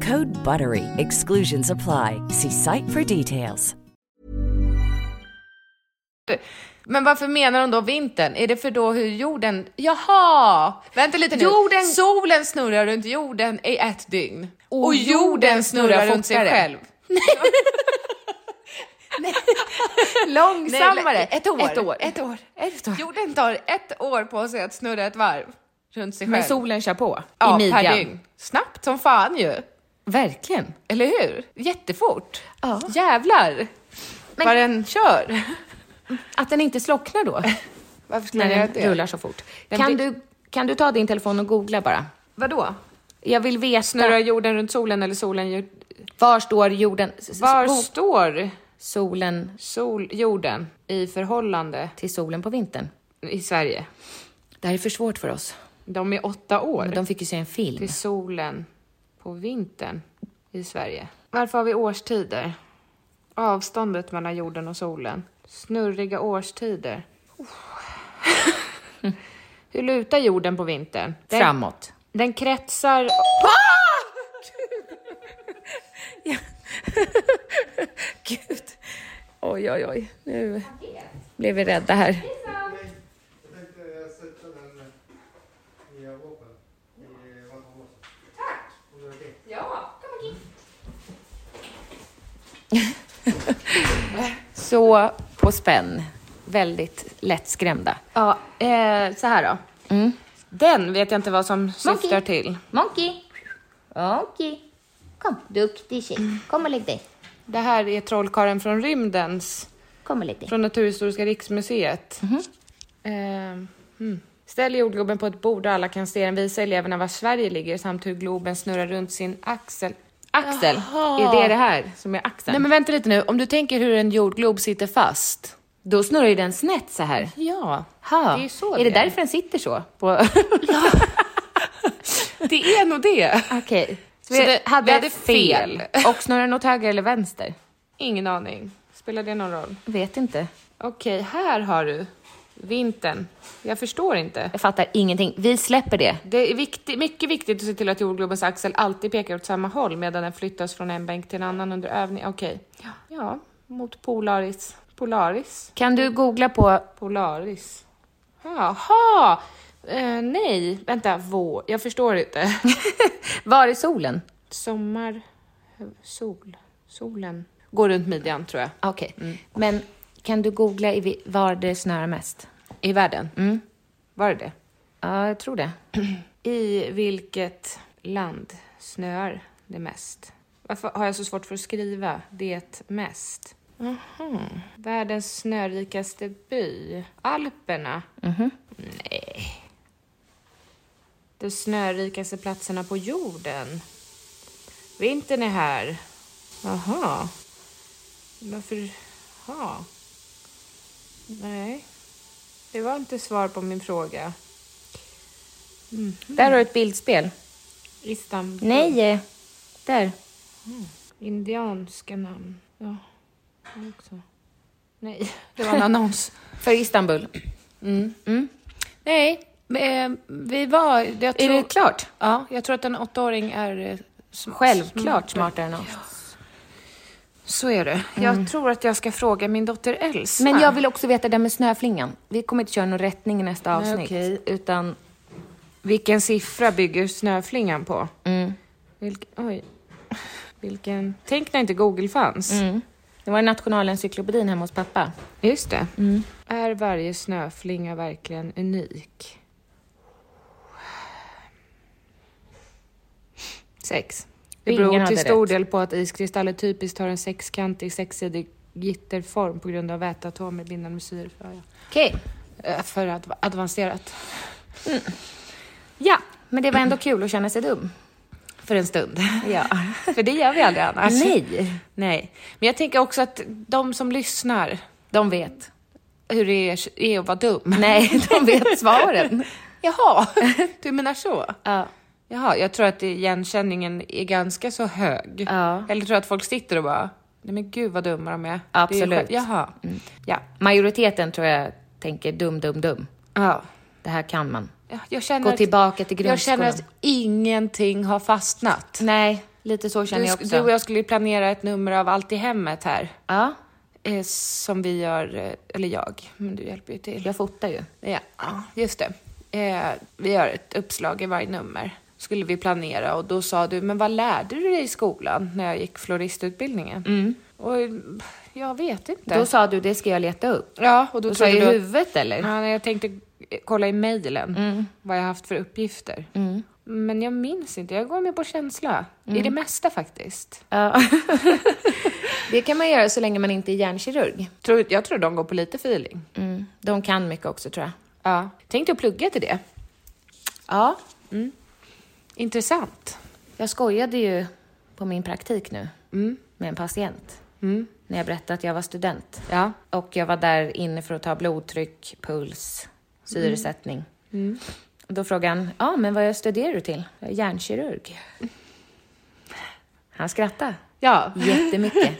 [SPEAKER 8] Code BUTTERY. Exclusions apply. See site for details.
[SPEAKER 3] Men varför menar de då vintern? Är det för då hur jorden... Jaha! Vänta lite nu.
[SPEAKER 6] Jorden-
[SPEAKER 3] Solen snurrar runt jorden i ett dygn. Och,
[SPEAKER 6] jorden snurrar fortare.
[SPEAKER 3] Långsammare.
[SPEAKER 6] Nej, ett år.
[SPEAKER 3] Ett år. Ett år.
[SPEAKER 6] Ett år.
[SPEAKER 3] Jorden tar ett år på sig att snurra ett varv runt sig själv.
[SPEAKER 6] Men solen kör på.
[SPEAKER 3] ja,
[SPEAKER 6] I midjan.
[SPEAKER 3] per dygn. Snabbt som fan ju.
[SPEAKER 6] Verkligen.
[SPEAKER 3] Eller hur? Jättefort. Jävlar vad den kör.
[SPEAKER 6] Att den inte slocknar då,
[SPEAKER 3] Varför skulle
[SPEAKER 6] när
[SPEAKER 3] den göra
[SPEAKER 6] den
[SPEAKER 3] det?
[SPEAKER 6] rullar så fort.
[SPEAKER 3] Den
[SPEAKER 6] kan,
[SPEAKER 3] blir-
[SPEAKER 6] du, kan du ta din telefon och googla bara?
[SPEAKER 3] Vadå?
[SPEAKER 6] Jag vill veta.
[SPEAKER 3] Snurrar jorden runt solen eller solen ju-
[SPEAKER 2] Var står jorden? s- s-
[SPEAKER 3] Var
[SPEAKER 2] bo-
[SPEAKER 3] står
[SPEAKER 2] solen
[SPEAKER 3] sol, jorden i förhållande
[SPEAKER 2] till solen på vintern?
[SPEAKER 3] i Sverige?
[SPEAKER 2] Det här är för svårt för oss.
[SPEAKER 3] De är åtta år.
[SPEAKER 2] Men de fick ju se en film.
[SPEAKER 3] Till solen på vintern i Sverige. Varför har vi årstider? Avståndet mellan jorden och solen. Snurriga årstider. Oh. Hur lutar jorden på vintern? Den,
[SPEAKER 2] Framåt.
[SPEAKER 3] Den kretsar...
[SPEAKER 2] Gud. Oj, oj, oj. Nu blev vi rädda här. Så på spänn. Väldigt lättskrämda.
[SPEAKER 3] Ja, eh, så här då. Den vet jag inte vad som syftar till.
[SPEAKER 9] Monkey! Monkey! Kom, duktig tjej. Kom och lägg dig.
[SPEAKER 3] Det här är Trollkarlen från rymdens,
[SPEAKER 9] Kom och lägg dig.
[SPEAKER 3] från Naturhistoriska riksmuseet. Eh, mm. Ställ jordgloben på ett bord och alla kan se den. Visa eleverna var Sverige ligger samt hur globen snurrar runt sin axel. Axel? Är det det här som är axeln?
[SPEAKER 6] Nej men vänta lite nu, om du tänker hur en jordglob sitter fast.
[SPEAKER 2] Då snurrar ju den snett så här.
[SPEAKER 6] Ja.
[SPEAKER 2] Ha.
[SPEAKER 3] Det är ju så
[SPEAKER 2] är det
[SPEAKER 3] det är.
[SPEAKER 2] därför den sitter så?
[SPEAKER 3] Det är nog det.
[SPEAKER 2] Okej. Så
[SPEAKER 3] Så
[SPEAKER 2] vi
[SPEAKER 3] det-
[SPEAKER 2] hade,
[SPEAKER 3] vi hade
[SPEAKER 2] fel.
[SPEAKER 3] fel.
[SPEAKER 2] Och snurrar den åt höger eller vänster?
[SPEAKER 3] Ingen aning. Spelar det någon roll?
[SPEAKER 2] Vet inte.
[SPEAKER 3] Okej, här har du vintern. Jag förstår inte.
[SPEAKER 2] Jag fattar ingenting. Vi släpper det.
[SPEAKER 3] Det är viktigt, mycket viktigt att se till att jordglobens axel alltid pekar åt samma håll medan den flyttas från en bänk till en annan under övning. Okej. Ja, mot Polaris. Polaris?
[SPEAKER 2] Kan du googla på...
[SPEAKER 3] Polaris. Jaha! Eh, nej, vänta. Vår. Jag förstår inte.
[SPEAKER 2] Var är solen?
[SPEAKER 3] Sommar... Sol. Solen. Går runt midjan, tror jag.
[SPEAKER 2] Okej.
[SPEAKER 9] Mm.
[SPEAKER 2] Men kan du googla i vi- var det snöar mest?
[SPEAKER 3] I världen? Mm. Var det det?
[SPEAKER 2] Ja, jag tror det.
[SPEAKER 3] I vilket land snöar det mest? Varför har jag så svårt för att skriva det mest? Aha. Världens snörikaste by? Alperna? Nej. De snörikaste platserna på jorden? Vintern är här. Aha. Varför? Aha. Nej. Det var inte svar på min fråga.
[SPEAKER 2] Där har du ett bildspel.
[SPEAKER 3] Istanbul.
[SPEAKER 2] Nej, eh, där.
[SPEAKER 3] Indianska namn. Ja, det också. Nej, det var en annons.
[SPEAKER 2] För Istanbul.
[SPEAKER 3] Nej, men, eh, vi var... Jag
[SPEAKER 2] Är
[SPEAKER 3] tror,
[SPEAKER 2] det klart?
[SPEAKER 3] Ja, jag tror att en åttaåring är eh, sm-
[SPEAKER 2] Självklart smartare än oss.
[SPEAKER 3] Så är det. Jag tror att jag ska fråga min dotter Elsa.
[SPEAKER 2] Men jag vill också veta det där med snöflingan. Vi kommer inte köra någon rättning i nästa
[SPEAKER 3] Nej,
[SPEAKER 2] avsnitt.
[SPEAKER 3] okej.
[SPEAKER 2] Utan
[SPEAKER 3] Vilken siffra bygger snöflingan på? Vilk, oj. Vilken... Tänk när inte Google fanns.
[SPEAKER 2] det var nationalencyklopedin hemma hos pappa.
[SPEAKER 3] Just det.
[SPEAKER 2] Mm.
[SPEAKER 3] Är varje snöflinga verkligen unik? Sex. Det
[SPEAKER 2] Ingen
[SPEAKER 3] beror
[SPEAKER 2] hade
[SPEAKER 3] till stor
[SPEAKER 2] rätt.
[SPEAKER 3] del på att iskristaller typiskt har en sexkantig, sexsidig gitterform på grund av väteatomer bindande med syre. För,
[SPEAKER 2] Okej.
[SPEAKER 3] ja. för adv- avancerat.
[SPEAKER 2] Ja, men det var ändå kul att känna sig dum.
[SPEAKER 3] För en stund.
[SPEAKER 2] Ja.
[SPEAKER 3] för det gör vi aldrig annars.
[SPEAKER 2] Nej,
[SPEAKER 3] Nej. Men jag tänker också att de som lyssnar,
[SPEAKER 2] de vet.
[SPEAKER 3] hur det är, är att vara dum.
[SPEAKER 2] Nej, de vet svaren.
[SPEAKER 3] Jaha, du menar så?
[SPEAKER 2] Ja.
[SPEAKER 3] Jaha, jag tror att igenkänningen är ganska så hög.
[SPEAKER 2] Ja.
[SPEAKER 3] Eller tror jag att folk sitter och bara, nej men gud vad dumma de är. Det är.
[SPEAKER 2] Absolut. Mm.
[SPEAKER 3] skönt. Jaha. Ja.
[SPEAKER 2] Majoriteten tror jag tänker dum, dum, dum.
[SPEAKER 3] ja.
[SPEAKER 2] Det här kan man.
[SPEAKER 3] Ja, Jag känner
[SPEAKER 2] Gå
[SPEAKER 3] att,
[SPEAKER 2] tillbaka till
[SPEAKER 3] Jag
[SPEAKER 2] grundskolan.
[SPEAKER 3] känner att ingenting har fastnat.
[SPEAKER 2] Nej, lite så känner
[SPEAKER 3] Du,
[SPEAKER 2] jag
[SPEAKER 3] sk-
[SPEAKER 2] också.
[SPEAKER 3] du och jag skulle ju planera ett nummer av Allt i hemmet här.
[SPEAKER 2] Ja,
[SPEAKER 3] Eh, som vi gör, eh, eller jag, men du hjälper ju till.
[SPEAKER 2] jag fotar ju.
[SPEAKER 3] Ja, ja, just det. Eh, vi gör ett uppslag i varje nummer, skulle vi planera och då sa du, men vad lärde du dig i skolan när jag gick floristutbildningen? Och eh, jag vet inte.
[SPEAKER 2] Mm. Då sa du, det ska jag leta upp.
[SPEAKER 3] ja, och då,
[SPEAKER 2] Då sa
[SPEAKER 3] trodde
[SPEAKER 2] jag i
[SPEAKER 3] du...
[SPEAKER 2] huvudet eller? Mm.
[SPEAKER 3] Ja, nej, jag tänkte kolla i mejlen vad jag haft för uppgifter. Men jag minns inte, jag går med på känsla.
[SPEAKER 2] Mm.
[SPEAKER 3] I det mesta faktiskt.
[SPEAKER 2] Ja. det kan man göra så länge man inte är hjärnkirurg.
[SPEAKER 3] Tror, jag tror de går på lite feeling.
[SPEAKER 2] Mm. De kan mycket också tror jag.
[SPEAKER 3] Ja. Tänkte jag plugga till det.
[SPEAKER 2] Ja,
[SPEAKER 3] Intressant.
[SPEAKER 2] jag skojade ju på min praktik nu
[SPEAKER 3] Mm.
[SPEAKER 2] med en patient. När jag berättade att jag var student.
[SPEAKER 3] Ja.
[SPEAKER 2] Och jag var där inne för att ta blodtryck,
[SPEAKER 3] Mm.
[SPEAKER 2] puls, syresättning. Och då frågade han, ja men vad studerar du till? Jag är hjärnkirurg. Han skrattade
[SPEAKER 3] Ja.
[SPEAKER 2] jättemycket.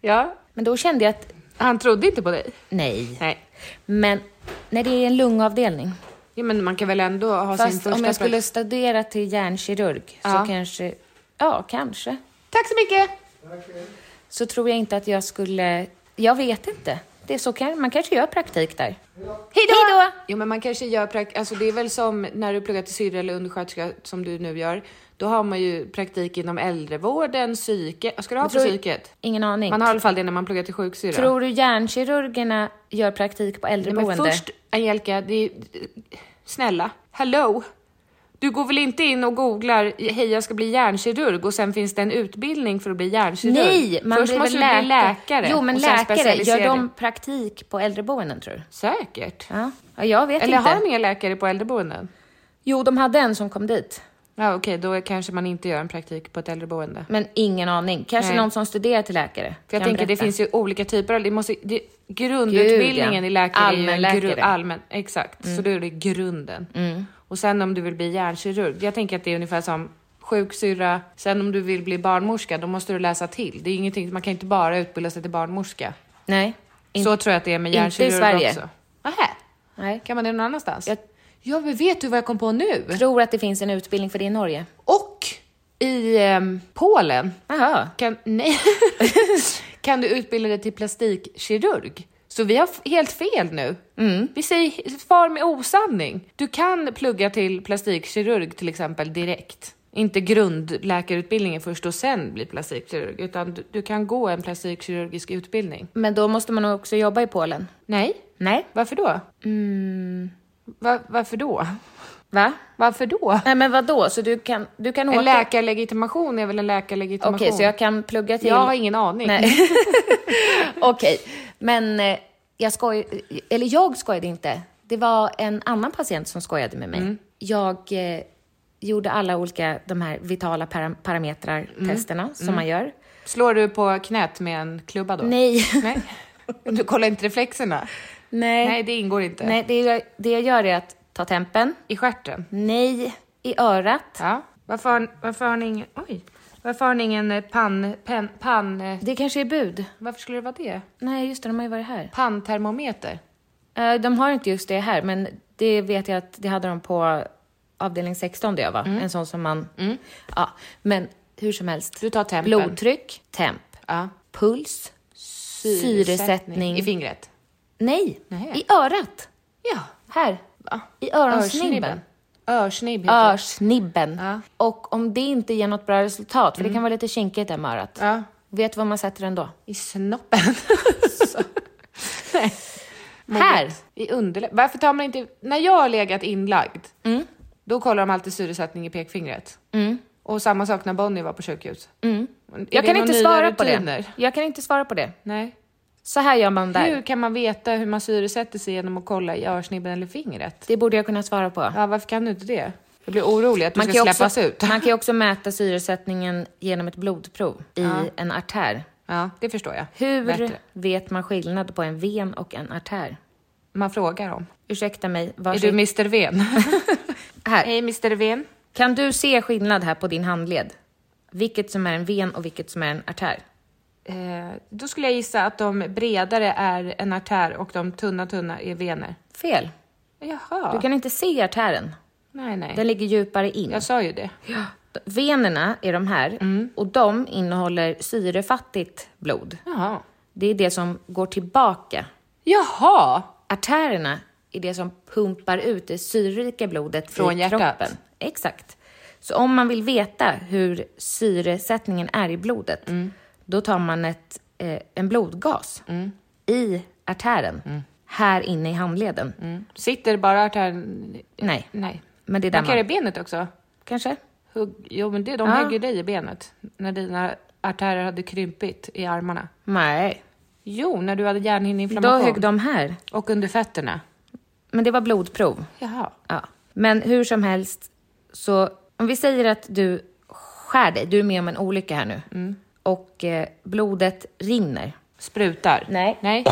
[SPEAKER 3] ja.
[SPEAKER 2] Men då kände jag att,
[SPEAKER 3] Han trodde inte på dig.
[SPEAKER 2] nej.
[SPEAKER 3] Nej.
[SPEAKER 2] Men när det är en lungavdelning,
[SPEAKER 3] Ja, men man kan väl ändå ha sin
[SPEAKER 2] fast
[SPEAKER 3] första...
[SPEAKER 2] om jag skulle
[SPEAKER 3] plats.
[SPEAKER 2] studera till hjärnkirurg
[SPEAKER 3] Ja.
[SPEAKER 2] så kanske, ja kanske,
[SPEAKER 3] Tack så mycket!
[SPEAKER 2] så tror jag inte att jag skulle, jag vet inte. Det är så kan, man kanske gör praktik där. Hej då!
[SPEAKER 3] Jo, men man kanske gör praktik. Alltså, det är väl som när du pluggar till syrra eller undersköterska som du nu gör. Då har man ju praktik inom äldrevården, psyke. Ska du ha
[SPEAKER 2] Jag
[SPEAKER 3] på
[SPEAKER 2] tror-
[SPEAKER 3] psyket?
[SPEAKER 2] Ingen aning.
[SPEAKER 3] Man har i alla fall det när man pluggar till sjuksyrra.
[SPEAKER 2] Tror du hjärnkirurgerna gör praktik på
[SPEAKER 3] Nej,
[SPEAKER 2] äldreboende?
[SPEAKER 3] men först, Angelica, det är, snälla, hello! Du går väl inte in och googlar hej jag ska bli hjärnkirurg och sen finns det en utbildning för att bli hjärnkirurg?
[SPEAKER 2] Nej, man
[SPEAKER 3] Först
[SPEAKER 2] blir
[SPEAKER 3] måste
[SPEAKER 2] väl
[SPEAKER 3] du bli läkare
[SPEAKER 2] Jo, men
[SPEAKER 3] och sen
[SPEAKER 2] läkare, gör
[SPEAKER 3] specialisering.
[SPEAKER 2] de praktik på äldreboenden tror du?
[SPEAKER 3] Säkert.
[SPEAKER 2] Ja, ja jag vet
[SPEAKER 3] Eller
[SPEAKER 2] inte.
[SPEAKER 3] har de inga läkare på äldreboenden?
[SPEAKER 2] Jo, de hade en som kom dit.
[SPEAKER 3] Ja, okej, då kanske man inte gör en praktik på ett äldreboende.
[SPEAKER 2] Men ingen aning. Kanske
[SPEAKER 3] Nej.
[SPEAKER 2] någon som studerar till läkare.
[SPEAKER 3] För
[SPEAKER 2] Mm. kan
[SPEAKER 3] jag tänker det
[SPEAKER 2] berätta.
[SPEAKER 3] finns ju olika typer av... Det måste, det, grundutbildningen
[SPEAKER 2] Gud, ja. Mm.
[SPEAKER 3] i läkare är ju en
[SPEAKER 2] Allmänläkare.
[SPEAKER 3] gru, allmän, Exakt, så då är det grunden.
[SPEAKER 2] Mm.
[SPEAKER 3] Och sen om du vill bli hjärnkirurg, jag tänker att det är ungefär som sjuksyrra. Sen om du vill bli barnmorska, då måste du läsa till. Det är ingenting, man kan inte bara utbilda sig till barnmorska.
[SPEAKER 2] Nej. In-
[SPEAKER 3] så tror jag att det är med
[SPEAKER 2] inte i
[SPEAKER 3] hjärnkirurg
[SPEAKER 2] Sverige.
[SPEAKER 3] också. Nähä,
[SPEAKER 2] Nej.
[SPEAKER 3] kan man det någon annanstans?
[SPEAKER 2] Jag-
[SPEAKER 3] ja, men vet du vad jag kom på nu?
[SPEAKER 2] Jag tror att det finns en utbildning för det i Norge.
[SPEAKER 3] Och i ehm, Polen
[SPEAKER 2] Jaha.
[SPEAKER 3] kan, nej. kan du utbilda dig till plastikkirurg. Så vi har f- helt fel nu.
[SPEAKER 2] Mm.
[SPEAKER 3] Vi säger far med osanning. Du kan plugga till plastikkirurg till exempel direkt. Inte grundläkarutbildningen först och sen bli plastikkirurg, utan du, du kan gå en plastikkirurgisk utbildning.
[SPEAKER 2] Men då måste man nog också jobba i Polen.
[SPEAKER 3] Nej,
[SPEAKER 2] Nej.
[SPEAKER 3] varför då?
[SPEAKER 2] Mm.
[SPEAKER 3] Va, varför då?
[SPEAKER 2] Va?
[SPEAKER 3] Varför då?
[SPEAKER 2] Nej, men vad då? Så du kan, du kan åka...
[SPEAKER 3] En läkarlegitimation är väl en läkarlegitimation?
[SPEAKER 2] Okej, så jag kan plugga till...
[SPEAKER 3] Jag har ingen aning.
[SPEAKER 2] Nej. Okej, men eh, jag skoj... Eller jag skojade inte. Det var en annan patient som skojade med mig.
[SPEAKER 3] Mm.
[SPEAKER 2] Jag eh, gjorde alla olika de här vitala param-
[SPEAKER 3] Mm.
[SPEAKER 2] parametrar-testerna som man gör.
[SPEAKER 3] Slår du på knät med en klubba då?
[SPEAKER 2] Nej.
[SPEAKER 3] Nej. Du kollar inte reflexerna?
[SPEAKER 2] Nej.
[SPEAKER 3] Nej, det ingår inte.
[SPEAKER 2] Nej, det, jag, det jag gör är att ta tempen.
[SPEAKER 3] I stjärten?
[SPEAKER 2] Nej, i örat.
[SPEAKER 3] Ja. Varför har, varför har ni ingen... Oj. Varför har ni ingen eh, pann... Pen, pann... eh,
[SPEAKER 2] Det kanske är bud.
[SPEAKER 3] Varför skulle det vara det?
[SPEAKER 2] Nej, just det, de har ju varit här.
[SPEAKER 3] Panntermometer?
[SPEAKER 2] Eh, De har inte just det här, men det vet jag att det hade de på avdelning 16 där jag var.
[SPEAKER 3] Mm.
[SPEAKER 2] En sån som man... Ja, men hur som helst.
[SPEAKER 3] Du tar tempen.
[SPEAKER 2] Blodtryck, temp,
[SPEAKER 3] Ja.
[SPEAKER 2] puls, syresättning.
[SPEAKER 3] I fingret?
[SPEAKER 2] Nej,
[SPEAKER 3] Nej.
[SPEAKER 2] i örat.
[SPEAKER 3] Ja.
[SPEAKER 2] Här.
[SPEAKER 3] Va?
[SPEAKER 2] I öronsnibben.
[SPEAKER 3] Örsnibb heter det.
[SPEAKER 2] Örsnibben.
[SPEAKER 3] Ja. Mm.
[SPEAKER 2] Och om det inte ger något bra resultat, för det kan vara lite kinkigt där med örat.
[SPEAKER 3] Ja.
[SPEAKER 2] Vet du var man sätter den då?
[SPEAKER 3] I snoppen? Nej.
[SPEAKER 2] Här!
[SPEAKER 3] I underlä... Varför tar man inte... När jag har legat inlagd,
[SPEAKER 2] Mm.
[SPEAKER 3] då kollar de alltid syresättning i pekfingret. Och samma sak när Bonnie var på sjukhus. Är
[SPEAKER 2] Mm. Jag
[SPEAKER 3] det
[SPEAKER 2] kan
[SPEAKER 3] några
[SPEAKER 2] inte
[SPEAKER 3] nya
[SPEAKER 2] svara på det.
[SPEAKER 3] rutiner?
[SPEAKER 2] Jag kan inte svara på det.
[SPEAKER 3] Nej.
[SPEAKER 2] Så här gör man där.
[SPEAKER 3] Hur kan man veta hur man syresätter sig genom att kolla i örsnibben eller fingret?
[SPEAKER 2] Det borde jag kunna svara på.
[SPEAKER 3] Ja, varför kan du inte det? Jag blir orolig att du
[SPEAKER 2] Man kan, ju
[SPEAKER 3] ska släppas
[SPEAKER 2] också,
[SPEAKER 3] ut.
[SPEAKER 2] man kan ju också mäta syresättningen genom ett blodprov i en artär.
[SPEAKER 3] Ja, det förstår jag.
[SPEAKER 2] Hur
[SPEAKER 3] Bättre.
[SPEAKER 2] vet man skillnad på en ven och en artär?
[SPEAKER 3] Man frågar om.
[SPEAKER 2] Ursäkta mig,
[SPEAKER 3] Är
[SPEAKER 2] varsågod.
[SPEAKER 3] du Mr Ven?
[SPEAKER 2] här.
[SPEAKER 3] Hej Mr Ven.
[SPEAKER 2] Kan du se skillnad här på din handled? Vilket som är en ven och vilket som är en artär?
[SPEAKER 3] Eh, då skulle jag gissa att de bredare är en artär och de tunna tunna är vener.
[SPEAKER 2] Fel.
[SPEAKER 3] Jaha.
[SPEAKER 2] Du kan inte se artären.
[SPEAKER 3] Nej, nej.
[SPEAKER 2] Den ligger djupare in.
[SPEAKER 3] Jag Mm. sa ju det.
[SPEAKER 2] Venerna är de här och de innehåller syrefattigt blod.
[SPEAKER 3] Jaha.
[SPEAKER 2] Det är det som går tillbaka
[SPEAKER 3] Jaha!
[SPEAKER 2] artärerna är det som pumpar ut det syrerika blodet
[SPEAKER 3] Från
[SPEAKER 2] i
[SPEAKER 3] hjärtat.
[SPEAKER 2] kroppen. Exakt. Så om man vill veta hur syresättningen är i blodet,
[SPEAKER 3] Mm.
[SPEAKER 2] då tar man ett, eh, en blodgas i artären,
[SPEAKER 3] Mm.
[SPEAKER 2] här inne i handleden.
[SPEAKER 3] Sitter bara artären...
[SPEAKER 2] Nej,
[SPEAKER 3] Nej.
[SPEAKER 2] men det är där
[SPEAKER 3] Man
[SPEAKER 2] man...
[SPEAKER 3] kan göra i benet också.
[SPEAKER 2] Kanske?
[SPEAKER 3] Hugg... Jo, men det, de
[SPEAKER 2] Ja.
[SPEAKER 3] högg ju dig i benet när dina artärer hade krympit i armarna.
[SPEAKER 2] Nej.
[SPEAKER 3] Jo, när du hade
[SPEAKER 2] Då
[SPEAKER 3] hjärnhinneinflammation.
[SPEAKER 2] högg de här.
[SPEAKER 3] Och under fötterna.
[SPEAKER 2] Men det var blodprov.
[SPEAKER 3] Jaha.
[SPEAKER 2] Ja. Men hur som helst, så om vi säger att du skär dig, du är med om en olycka här nu,
[SPEAKER 3] Mm.
[SPEAKER 2] och eh, blodet rinner.
[SPEAKER 3] Sprutar?
[SPEAKER 2] Nej.
[SPEAKER 3] Nej.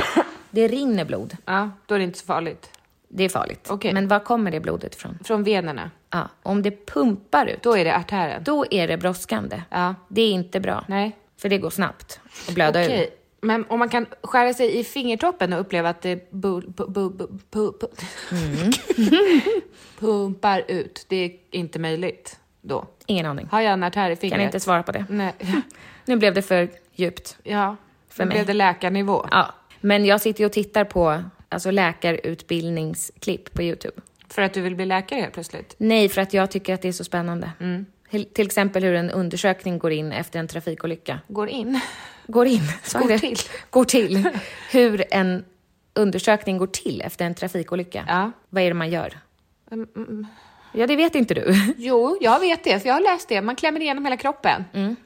[SPEAKER 2] Det rinner blod.
[SPEAKER 3] Ja, då är det inte så farligt.
[SPEAKER 2] Det är farligt.
[SPEAKER 3] Okej.
[SPEAKER 2] Men var kommer det blodet ifrån?
[SPEAKER 3] Från venerna?
[SPEAKER 2] Ja, om det pumpar ut,
[SPEAKER 3] Då är det artären?
[SPEAKER 2] då är det brådskande.
[SPEAKER 3] Ja.
[SPEAKER 2] Det är inte bra.
[SPEAKER 3] Nej.
[SPEAKER 2] För det går snabbt att blöda
[SPEAKER 3] Okej,
[SPEAKER 2] ur.
[SPEAKER 3] men om man kan skära sig i fingertoppen och uppleva att det bu- bu- bu- bu- pu- pu-
[SPEAKER 2] Mm.
[SPEAKER 3] pumpar ut, det är inte möjligt då?
[SPEAKER 2] Ingen aning.
[SPEAKER 3] Har jag en artär i fingret?
[SPEAKER 2] Kan inte svara på det.
[SPEAKER 3] Nej.
[SPEAKER 2] Nu blev det för djupt.
[SPEAKER 3] Ja,
[SPEAKER 2] För
[SPEAKER 3] för
[SPEAKER 2] mig.
[SPEAKER 3] blev det läkarnivå.
[SPEAKER 2] Ja. Men jag sitter ju och tittar på alltså, läkarutbildningsklipp på YouTube.
[SPEAKER 3] För att du vill bli läkare helt plötsligt?
[SPEAKER 2] Nej, för att jag tycker att det är så spännande.
[SPEAKER 3] Mm.
[SPEAKER 2] Till- Till exempel hur en undersökning går in efter en trafikolycka.
[SPEAKER 3] Går in?
[SPEAKER 2] Går in? sa jag
[SPEAKER 3] Går
[SPEAKER 2] det?
[SPEAKER 3] till.
[SPEAKER 2] Går till. Hur en undersökning går till efter en trafikolycka.
[SPEAKER 3] Ja. Mm,
[SPEAKER 2] Vad är det man gör? Ja, det vet inte du.
[SPEAKER 3] Jo, jag vet det, för jag har läst det. Man klämmer igenom hela kroppen.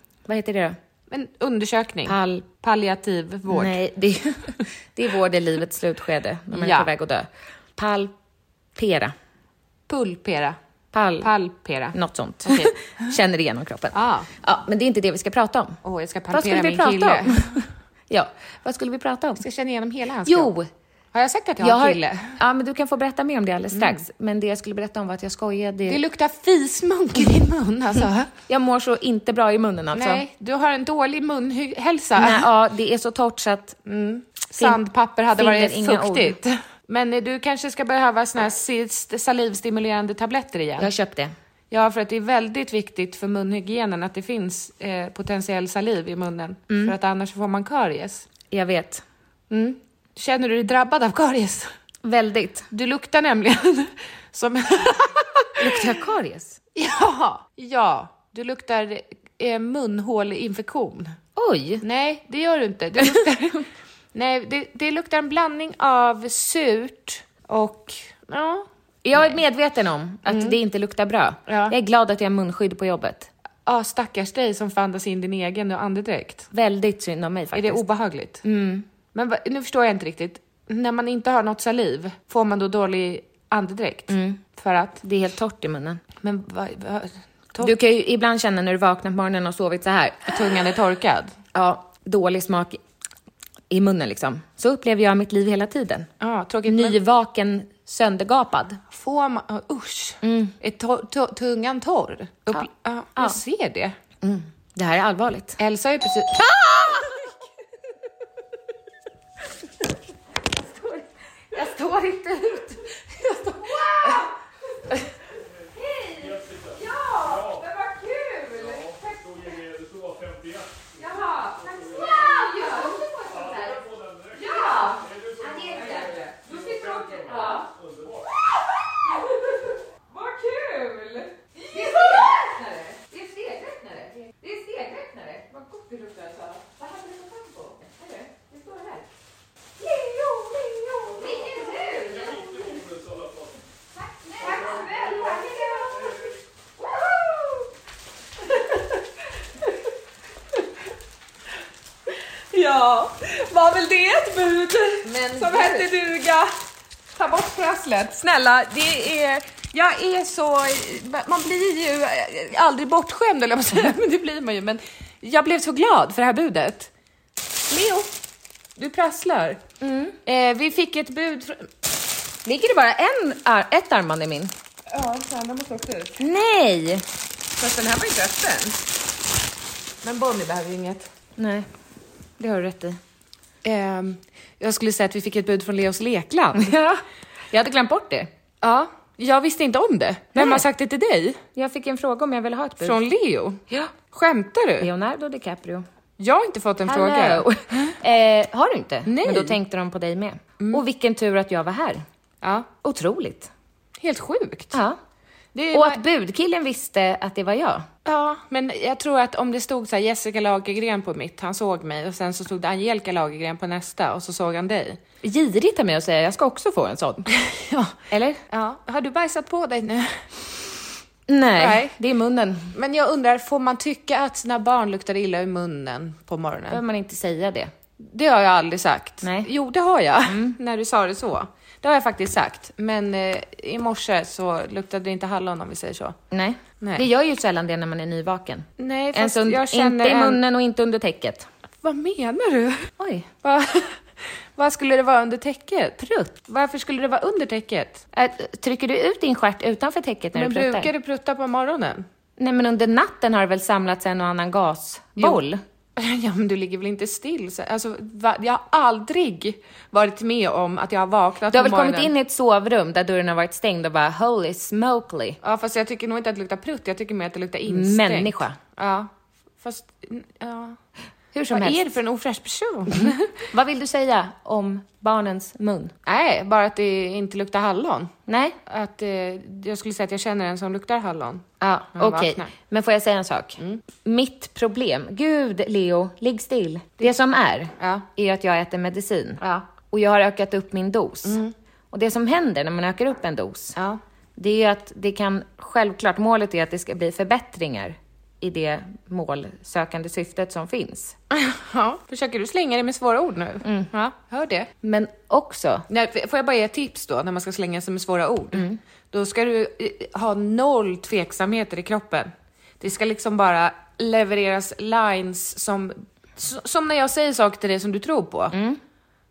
[SPEAKER 2] Vad heter det då?
[SPEAKER 3] En undersökning.
[SPEAKER 2] Mm. Pall-
[SPEAKER 3] Palliativ vård.
[SPEAKER 2] Nej, det, det är vård i livets slutskede. när man är
[SPEAKER 3] Ja.
[SPEAKER 2] på väg att dö. Palpera.
[SPEAKER 3] Pulpera.
[SPEAKER 2] Pall...
[SPEAKER 3] Palpera.
[SPEAKER 2] något sånt. Känner igenom kroppen.
[SPEAKER 3] Ah.
[SPEAKER 2] Ja, men det är inte det vi ska prata om.
[SPEAKER 3] Åh, jag ska
[SPEAKER 2] Vad skulle
[SPEAKER 3] palpera
[SPEAKER 2] vi
[SPEAKER 3] min
[SPEAKER 2] prata
[SPEAKER 3] kille.
[SPEAKER 2] om? ja, vad skulle vi prata om?
[SPEAKER 3] Jag ska känna igenom hela hans
[SPEAKER 2] Jo!
[SPEAKER 3] kropp. Har jag sagt att jag, har en kille? Mm.
[SPEAKER 2] Ja, men du kan få berätta mer om det alldeles strax. Men det jag skulle berätta om var att jag skojade.
[SPEAKER 3] Det luktar fismunk i din mun alltså.
[SPEAKER 2] Jag mår så inte bra i munnen alltså.
[SPEAKER 3] Nej, du har en dålig munhälsa.
[SPEAKER 2] Nej, ja, det är så torrt så att... mm,
[SPEAKER 3] Sandpapper hade
[SPEAKER 2] Finner
[SPEAKER 3] varit
[SPEAKER 2] inga
[SPEAKER 3] fuktigt. Men eh, du kanske ska behöva såna här sis- salivstimulerande tabletter igen?
[SPEAKER 2] Jag köpte.
[SPEAKER 3] Ja, för att det är väldigt viktigt för munhygienen att det finns eh, potentiell saliv i munnen.
[SPEAKER 2] Mm.
[SPEAKER 3] För att annars får man karies.
[SPEAKER 2] Jag vet. Mm.
[SPEAKER 3] Känner du dig drabbad av karies?
[SPEAKER 2] Väldigt.
[SPEAKER 3] Du luktar nämligen som...
[SPEAKER 2] Luktar jag karies?
[SPEAKER 3] ja, ja, du luktar eh, munhåleinfektion.
[SPEAKER 2] Oj!
[SPEAKER 3] Nej, det gör du inte. Det luktar, nej, det, det luktar en blandning av surt och... Ja,
[SPEAKER 2] Jag är medveten om att det inte luktar bra.
[SPEAKER 3] Mm. Ja.
[SPEAKER 2] Jag är glad att jag har munskydd på jobbet.
[SPEAKER 3] ah, stackars dig som får andas in din egen andedräkt.
[SPEAKER 2] Väldigt synd om mig
[SPEAKER 3] Är
[SPEAKER 2] faktiskt. Mm.
[SPEAKER 3] det obehagligt? Men va, nu förstår jag inte riktigt. När man inte har något saliv, får man då dålig andedräkt?
[SPEAKER 2] Mm.
[SPEAKER 3] För att...
[SPEAKER 2] det är helt torrt i munnen.
[SPEAKER 3] Men va, va, tork,
[SPEAKER 2] Du kan ju ibland känna när du vaknar på morgonen och sovit så här.
[SPEAKER 3] tungan är torkad?
[SPEAKER 2] Ja, dålig smak i- i munnen liksom. Så upplever jag mitt liv hela tiden.
[SPEAKER 3] Ja, tråkigt. Men
[SPEAKER 2] Nyvaken, söndergapad. Mm.
[SPEAKER 3] får man... ah, usch! Är tor, to, tungan torr? Upp, ja. jag ser det.
[SPEAKER 2] Mm. Det här är allvarligt.
[SPEAKER 3] Elsa har ju precis...
[SPEAKER 2] Jag står inte ut.
[SPEAKER 3] Ja, var väl det ett bud som hette duga? Ta bort prasslet. Snälla, det är... Jag är så... Man blir ju eh, aldrig bortskämd, eller jag säga, men det blir man ju. Men jag blev så glad för det här budet. Leo, du prasslar. Eh, vi fick ett bud från...
[SPEAKER 2] Ligger det bara en ar- ett armband i min?
[SPEAKER 3] Ja, Sandra måste åka ut.
[SPEAKER 2] Nej!
[SPEAKER 3] Fast den här var inte öppen. Men Bonnie behöver ju inget.
[SPEAKER 2] Nej, det har du rätt i.
[SPEAKER 3] Ehm, jag skulle säga att vi fick ett bud från Leos lekland.
[SPEAKER 2] Ja. Jag hade glömt bort det.
[SPEAKER 3] Ja, jag visste inte om det. Vem har sagt det till dig?
[SPEAKER 2] Jag fick en fråga om jag ville ha ett bud.
[SPEAKER 3] Från Leo? Ja. Skämtar du?
[SPEAKER 2] Leonardo DiCaprio.
[SPEAKER 3] Jag har inte fått en
[SPEAKER 2] Hello.
[SPEAKER 3] fråga.
[SPEAKER 2] eh, har du inte?
[SPEAKER 3] Nej.
[SPEAKER 2] Men då tänkte de på dig med. Och vilken tur att jag var här.
[SPEAKER 3] Ja,
[SPEAKER 2] Mm. Otroligt.
[SPEAKER 3] helt sjukt.
[SPEAKER 2] Ja.
[SPEAKER 3] Det
[SPEAKER 2] Och
[SPEAKER 3] var,
[SPEAKER 2] att budkillen visste att det var jag.
[SPEAKER 3] ja, men jag tror att om det stod så här Jessica Lagergren på mitt, han såg mig och sen så stod det Angelica Lagergren på nästa och så såg han dig.
[SPEAKER 2] Girigt av mig att säga, jag ska också få en sån.
[SPEAKER 3] Ja.
[SPEAKER 2] Eller?
[SPEAKER 3] ja. Har du bajsat på dig nu?
[SPEAKER 2] Nej,
[SPEAKER 3] Nej.
[SPEAKER 2] det är munnen.
[SPEAKER 3] Men jag undrar, får man tycka att sina barn luktar illa i munnen på morgonen?
[SPEAKER 2] behöver man inte säga det.
[SPEAKER 3] Det har jag aldrig sagt.
[SPEAKER 2] Nej.
[SPEAKER 3] Mm. Jo, det har jag. När du sa det så. Det har jag faktiskt sagt, men eh, i morse så luktade det inte hallon om vi säger så.
[SPEAKER 2] Nej.
[SPEAKER 3] Nej.
[SPEAKER 2] Det gör ju sällan det när man är nyvaken.
[SPEAKER 3] Nej,
[SPEAKER 2] En
[SPEAKER 3] fast
[SPEAKER 2] stund,
[SPEAKER 3] jag känner
[SPEAKER 2] inte i
[SPEAKER 3] en-
[SPEAKER 2] munnen och inte under täcket.
[SPEAKER 3] Vad menar du?
[SPEAKER 2] Oj.
[SPEAKER 3] Va- Vad skulle det vara under täcket?
[SPEAKER 2] Prutt.
[SPEAKER 3] Varför skulle det vara under täcket?
[SPEAKER 2] Äh, trycker du ut din stjärt utanför täcket när
[SPEAKER 3] Men
[SPEAKER 2] du pruttar?
[SPEAKER 3] brukar du prutta på morgonen?
[SPEAKER 2] Nej, men under natten har det väl samlats en och annan gasboll?
[SPEAKER 3] Ja, men du ligger väl inte still? Så- Alltså, va? Jag har aldrig varit med om att jag har vaknat
[SPEAKER 2] Du har
[SPEAKER 3] på
[SPEAKER 2] väl kommit
[SPEAKER 3] morgonen.
[SPEAKER 2] in i ett sovrum där dörren har varit stängd och bara holy smokely.
[SPEAKER 3] Ja, fast jag tycker nog inte att det luktar prutt. Jag tycker mer att det luktar instängt.
[SPEAKER 2] Människa.
[SPEAKER 3] Ja, fast... Ja.
[SPEAKER 2] Hur som
[SPEAKER 3] Vad
[SPEAKER 2] helst.
[SPEAKER 3] är det för en ofräsch person?
[SPEAKER 2] Vad vill du säga om barnens mun?
[SPEAKER 3] Nej, bara att det inte luktar hallon.
[SPEAKER 2] Nej?
[SPEAKER 3] Att, eh, jag skulle säga att jag känner en som luktar hallon.
[SPEAKER 2] Ja,
[SPEAKER 3] När man
[SPEAKER 2] Ah, okej.
[SPEAKER 3] vaknar.
[SPEAKER 2] Men får jag säga en sak?
[SPEAKER 3] Mm.
[SPEAKER 2] Mitt problem, gud Leo, ligg still. Det som är,
[SPEAKER 3] Ja.
[SPEAKER 2] är att jag äter medicin.
[SPEAKER 3] Ja. Mm.
[SPEAKER 2] Och jag har ökat upp min dos. Och det som händer när man ökar upp en dos,
[SPEAKER 3] Ja.
[SPEAKER 2] det är ju att det kan, självklart, målet är att det ska bli förbättringar i det målsökande syftet som finns.
[SPEAKER 3] Ja. Försöker du slänga dig med svåra ord nu?
[SPEAKER 2] Mm.
[SPEAKER 3] Ja, hör det.
[SPEAKER 2] Men också,
[SPEAKER 3] Nej, f- får jag bara ge ett tips då, när man ska slänga sig med svåra ord?
[SPEAKER 2] Mm.
[SPEAKER 3] Då ska du eh, ha noll tveksamheter i kroppen. Det ska liksom bara levereras lines som, s- som när jag säger saker till dig som du tror på.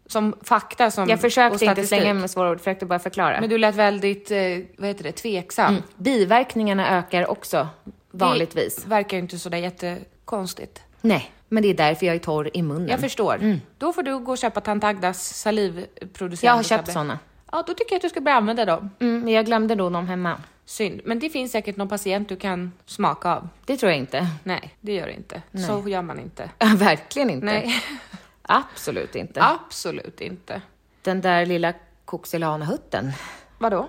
[SPEAKER 3] Som fakta som,
[SPEAKER 2] Mm. jag
[SPEAKER 3] och
[SPEAKER 2] försökte inte
[SPEAKER 3] statistik.
[SPEAKER 2] slänga med svåra ord, försökte bara förklara.
[SPEAKER 3] Men du lät väldigt, eh, vad heter det, tveksam.
[SPEAKER 2] Biverkningarna ökar också, Mm. vanligtvis.
[SPEAKER 3] Det verkar ju inte sådär jättekonstigt.
[SPEAKER 2] Nej, men det är därför jag är torr i munnen.
[SPEAKER 3] Jag förstår. Då får du gå och köpa Tant Agdas salivproducent.
[SPEAKER 2] Mm. Jag har köpt såna.
[SPEAKER 3] Ja, då tycker jag att du ska börja använda dem.
[SPEAKER 2] Mm, men jag glömde då dem hemma.
[SPEAKER 3] Synd. Men det finns säkert någon patient du kan smaka av.
[SPEAKER 2] Det tror jag inte.
[SPEAKER 3] Nej, det gör det inte. Så gör man inte.
[SPEAKER 2] Verkligen inte.
[SPEAKER 3] Nej,
[SPEAKER 2] Absolut inte.
[SPEAKER 3] absolut inte.
[SPEAKER 2] Den där lilla Koxilanahutten.
[SPEAKER 3] Vadå?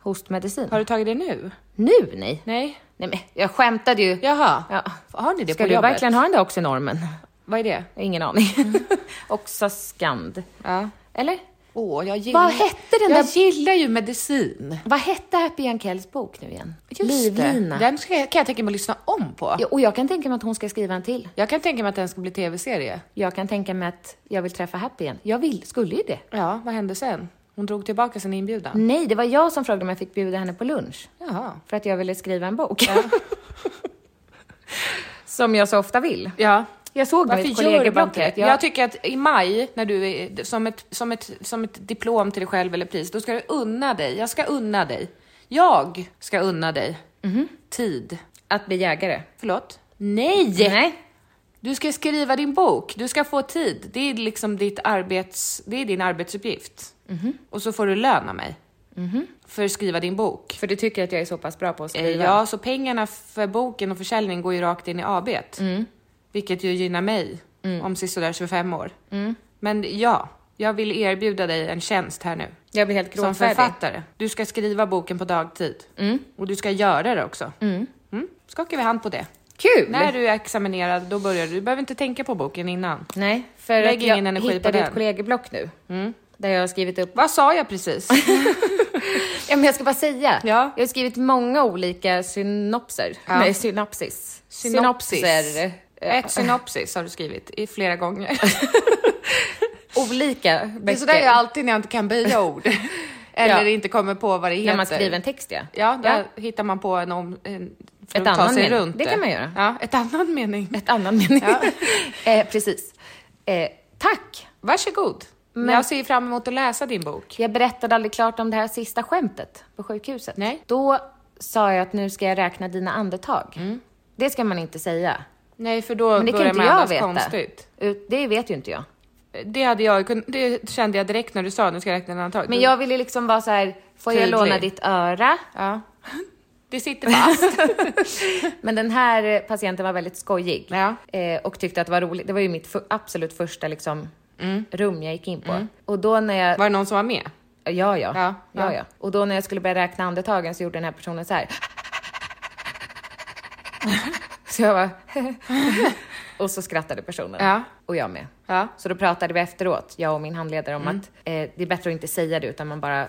[SPEAKER 2] Hostmedicin.
[SPEAKER 3] Har du tagit det nu?
[SPEAKER 2] Nu? Nej.
[SPEAKER 3] Nej.
[SPEAKER 2] Nej men jag skämtade ju.
[SPEAKER 3] Jaha.
[SPEAKER 2] Ja.
[SPEAKER 3] Har ni det
[SPEAKER 2] Ska
[SPEAKER 3] på
[SPEAKER 2] du
[SPEAKER 3] jobbet?
[SPEAKER 2] verkligen ha den där oxynormen?
[SPEAKER 3] Vad är det?
[SPEAKER 2] Ingen aning. Oxascand.
[SPEAKER 3] Ja.
[SPEAKER 2] Eller?
[SPEAKER 3] Åh, jag gillar...
[SPEAKER 2] Vad hette den
[SPEAKER 3] jag
[SPEAKER 2] där-
[SPEAKER 3] gillar ju medicin.
[SPEAKER 2] Vad hette Happy Ankells bok nu igen?
[SPEAKER 3] Livlina.
[SPEAKER 2] Livlina.
[SPEAKER 3] Den ska, jag- kan jag tänka mig att lyssna om på.
[SPEAKER 2] Ja, och jag kan tänka mig att hon ska skriva en till.
[SPEAKER 3] Jag kan tänka mig att den ska bli tv-serie.
[SPEAKER 2] Jag kan tänka mig att jag vill träffa Happy igen. Jag vill, skulle ju det.
[SPEAKER 3] Ja, Mm. vad hände sen? Hon drog tillbaka sin inbjudan.
[SPEAKER 2] Nej, det var jag som frågade om jag fick bjuda henne på lunch.
[SPEAKER 3] Jaha.
[SPEAKER 2] För att jag ville skriva en bok. Som jag så ofta vill.
[SPEAKER 3] Ja.
[SPEAKER 2] Jag såg
[SPEAKER 3] Varför
[SPEAKER 2] mitt
[SPEAKER 3] gör du bara inte det?
[SPEAKER 2] kollegieblocket.
[SPEAKER 3] Jag tycker att i maj, när du är, som, ett, som, ett, som ett diplom till dig själv eller pris, då ska du unna dig. Jag ska unna dig. Jag ska unna dig. Tid.
[SPEAKER 2] Att bli jägare.
[SPEAKER 3] Förlåt? Nej!
[SPEAKER 2] Nej.
[SPEAKER 3] Du ska skriva din bok. Du ska få tid. Det är liksom ditt arbets... Det är din arbetsuppgift. Och så får du lön av mig. För att skriva din bok.
[SPEAKER 2] För du tycker att jag är så pass bra på att
[SPEAKER 3] Eh,
[SPEAKER 2] skriva.
[SPEAKER 3] Ja, så pengarna för boken och försäljningen går ju rakt in i AB't.
[SPEAKER 2] Mm.
[SPEAKER 3] Vilket ju gynnar mig om sisådär 25 år.
[SPEAKER 2] Mm.
[SPEAKER 3] Men ja, jag vill erbjuda dig en tjänst här nu.
[SPEAKER 2] Jag blir helt
[SPEAKER 3] Som
[SPEAKER 2] gråtfärdig. Mm.
[SPEAKER 3] författare. Du ska skriva boken på dagtid. Och du ska göra det också. Mm. Skakar vi hand på det.
[SPEAKER 2] Kul!
[SPEAKER 3] När du är examinerad, då börjar du. Du behöver inte tänka på boken innan.
[SPEAKER 2] Nej, för
[SPEAKER 3] Lägg
[SPEAKER 2] att jag
[SPEAKER 3] ingen energi på
[SPEAKER 2] hittade
[SPEAKER 3] den. Mm.
[SPEAKER 2] ett kollegieblock nu. Där jag har skrivit upp...
[SPEAKER 3] Vad sa jag precis?
[SPEAKER 2] Ja, men jag ska bara säga.
[SPEAKER 3] Ja.
[SPEAKER 2] Jag har skrivit många olika synopser. Nej, synapsis.
[SPEAKER 3] Synopsis.
[SPEAKER 2] Synopser. Eh,
[SPEAKER 3] Ett synopsis har du skrivit i flera gånger.
[SPEAKER 2] Olika böcker.
[SPEAKER 3] Det är sådär jag alltid när jag inte kan böja ord. Eller
[SPEAKER 2] Ja.
[SPEAKER 3] inte kommer på vad det heter.
[SPEAKER 2] När man skriver en text, ja.
[SPEAKER 3] Ja, där hittar man på en om... En, för
[SPEAKER 2] Ett
[SPEAKER 3] att ta
[SPEAKER 2] annan
[SPEAKER 3] sig
[SPEAKER 2] mening.
[SPEAKER 3] runt
[SPEAKER 2] Det kan man göra.
[SPEAKER 3] Ja, ett annan mening.
[SPEAKER 2] Ett annan mening.
[SPEAKER 3] Ja.
[SPEAKER 2] eh, precis. Eh, tack!
[SPEAKER 3] Varsågod. Men... Jag ser fram emot att läsa din bok.
[SPEAKER 2] Jag berättade aldrig klart om det här sista skämtet på sjukhuset.
[SPEAKER 3] Nej.
[SPEAKER 2] Då sa jag att nu ska jag räkna dina andetag. Det ska man inte säga.
[SPEAKER 3] Nej, för Mm. då
[SPEAKER 2] Men det kan
[SPEAKER 3] börjar
[SPEAKER 2] inte
[SPEAKER 3] man
[SPEAKER 2] jag
[SPEAKER 3] andas
[SPEAKER 2] veta.
[SPEAKER 3] konstigt.
[SPEAKER 2] Ut- Det vet ju inte jag.
[SPEAKER 3] Det, hade jag, kun- det kände jag direkt när du sa nu ska jag räkna dina andetag.
[SPEAKER 2] Men jag ville liksom vara så här, får
[SPEAKER 3] Tydlig.
[SPEAKER 2] jag låna ditt öra?
[SPEAKER 3] Ja. Det sitter fast.
[SPEAKER 2] Men den här eh, patienten var väldigt skojig
[SPEAKER 3] Ja.
[SPEAKER 2] eh, och tyckte att det var roligt. Det var ju mitt fu- absolut första liksom,
[SPEAKER 3] Mm.
[SPEAKER 2] rum jag gick in på. Och då när jag...
[SPEAKER 3] Var det någon som var med?
[SPEAKER 2] Ja, ja. ja,
[SPEAKER 3] Mm. Ja,
[SPEAKER 2] ja.
[SPEAKER 3] ja.
[SPEAKER 2] Och då när jag skulle börja räkna andetagen så gjorde den här personen så här. Så jag bara... och så skrattade personen.
[SPEAKER 3] Ja.
[SPEAKER 2] Och jag med.
[SPEAKER 3] Ja.
[SPEAKER 2] Så då pratade vi efteråt, jag och min handledare,
[SPEAKER 3] Mm.
[SPEAKER 2] om att eh, det är bättre att inte säga det utan man bara...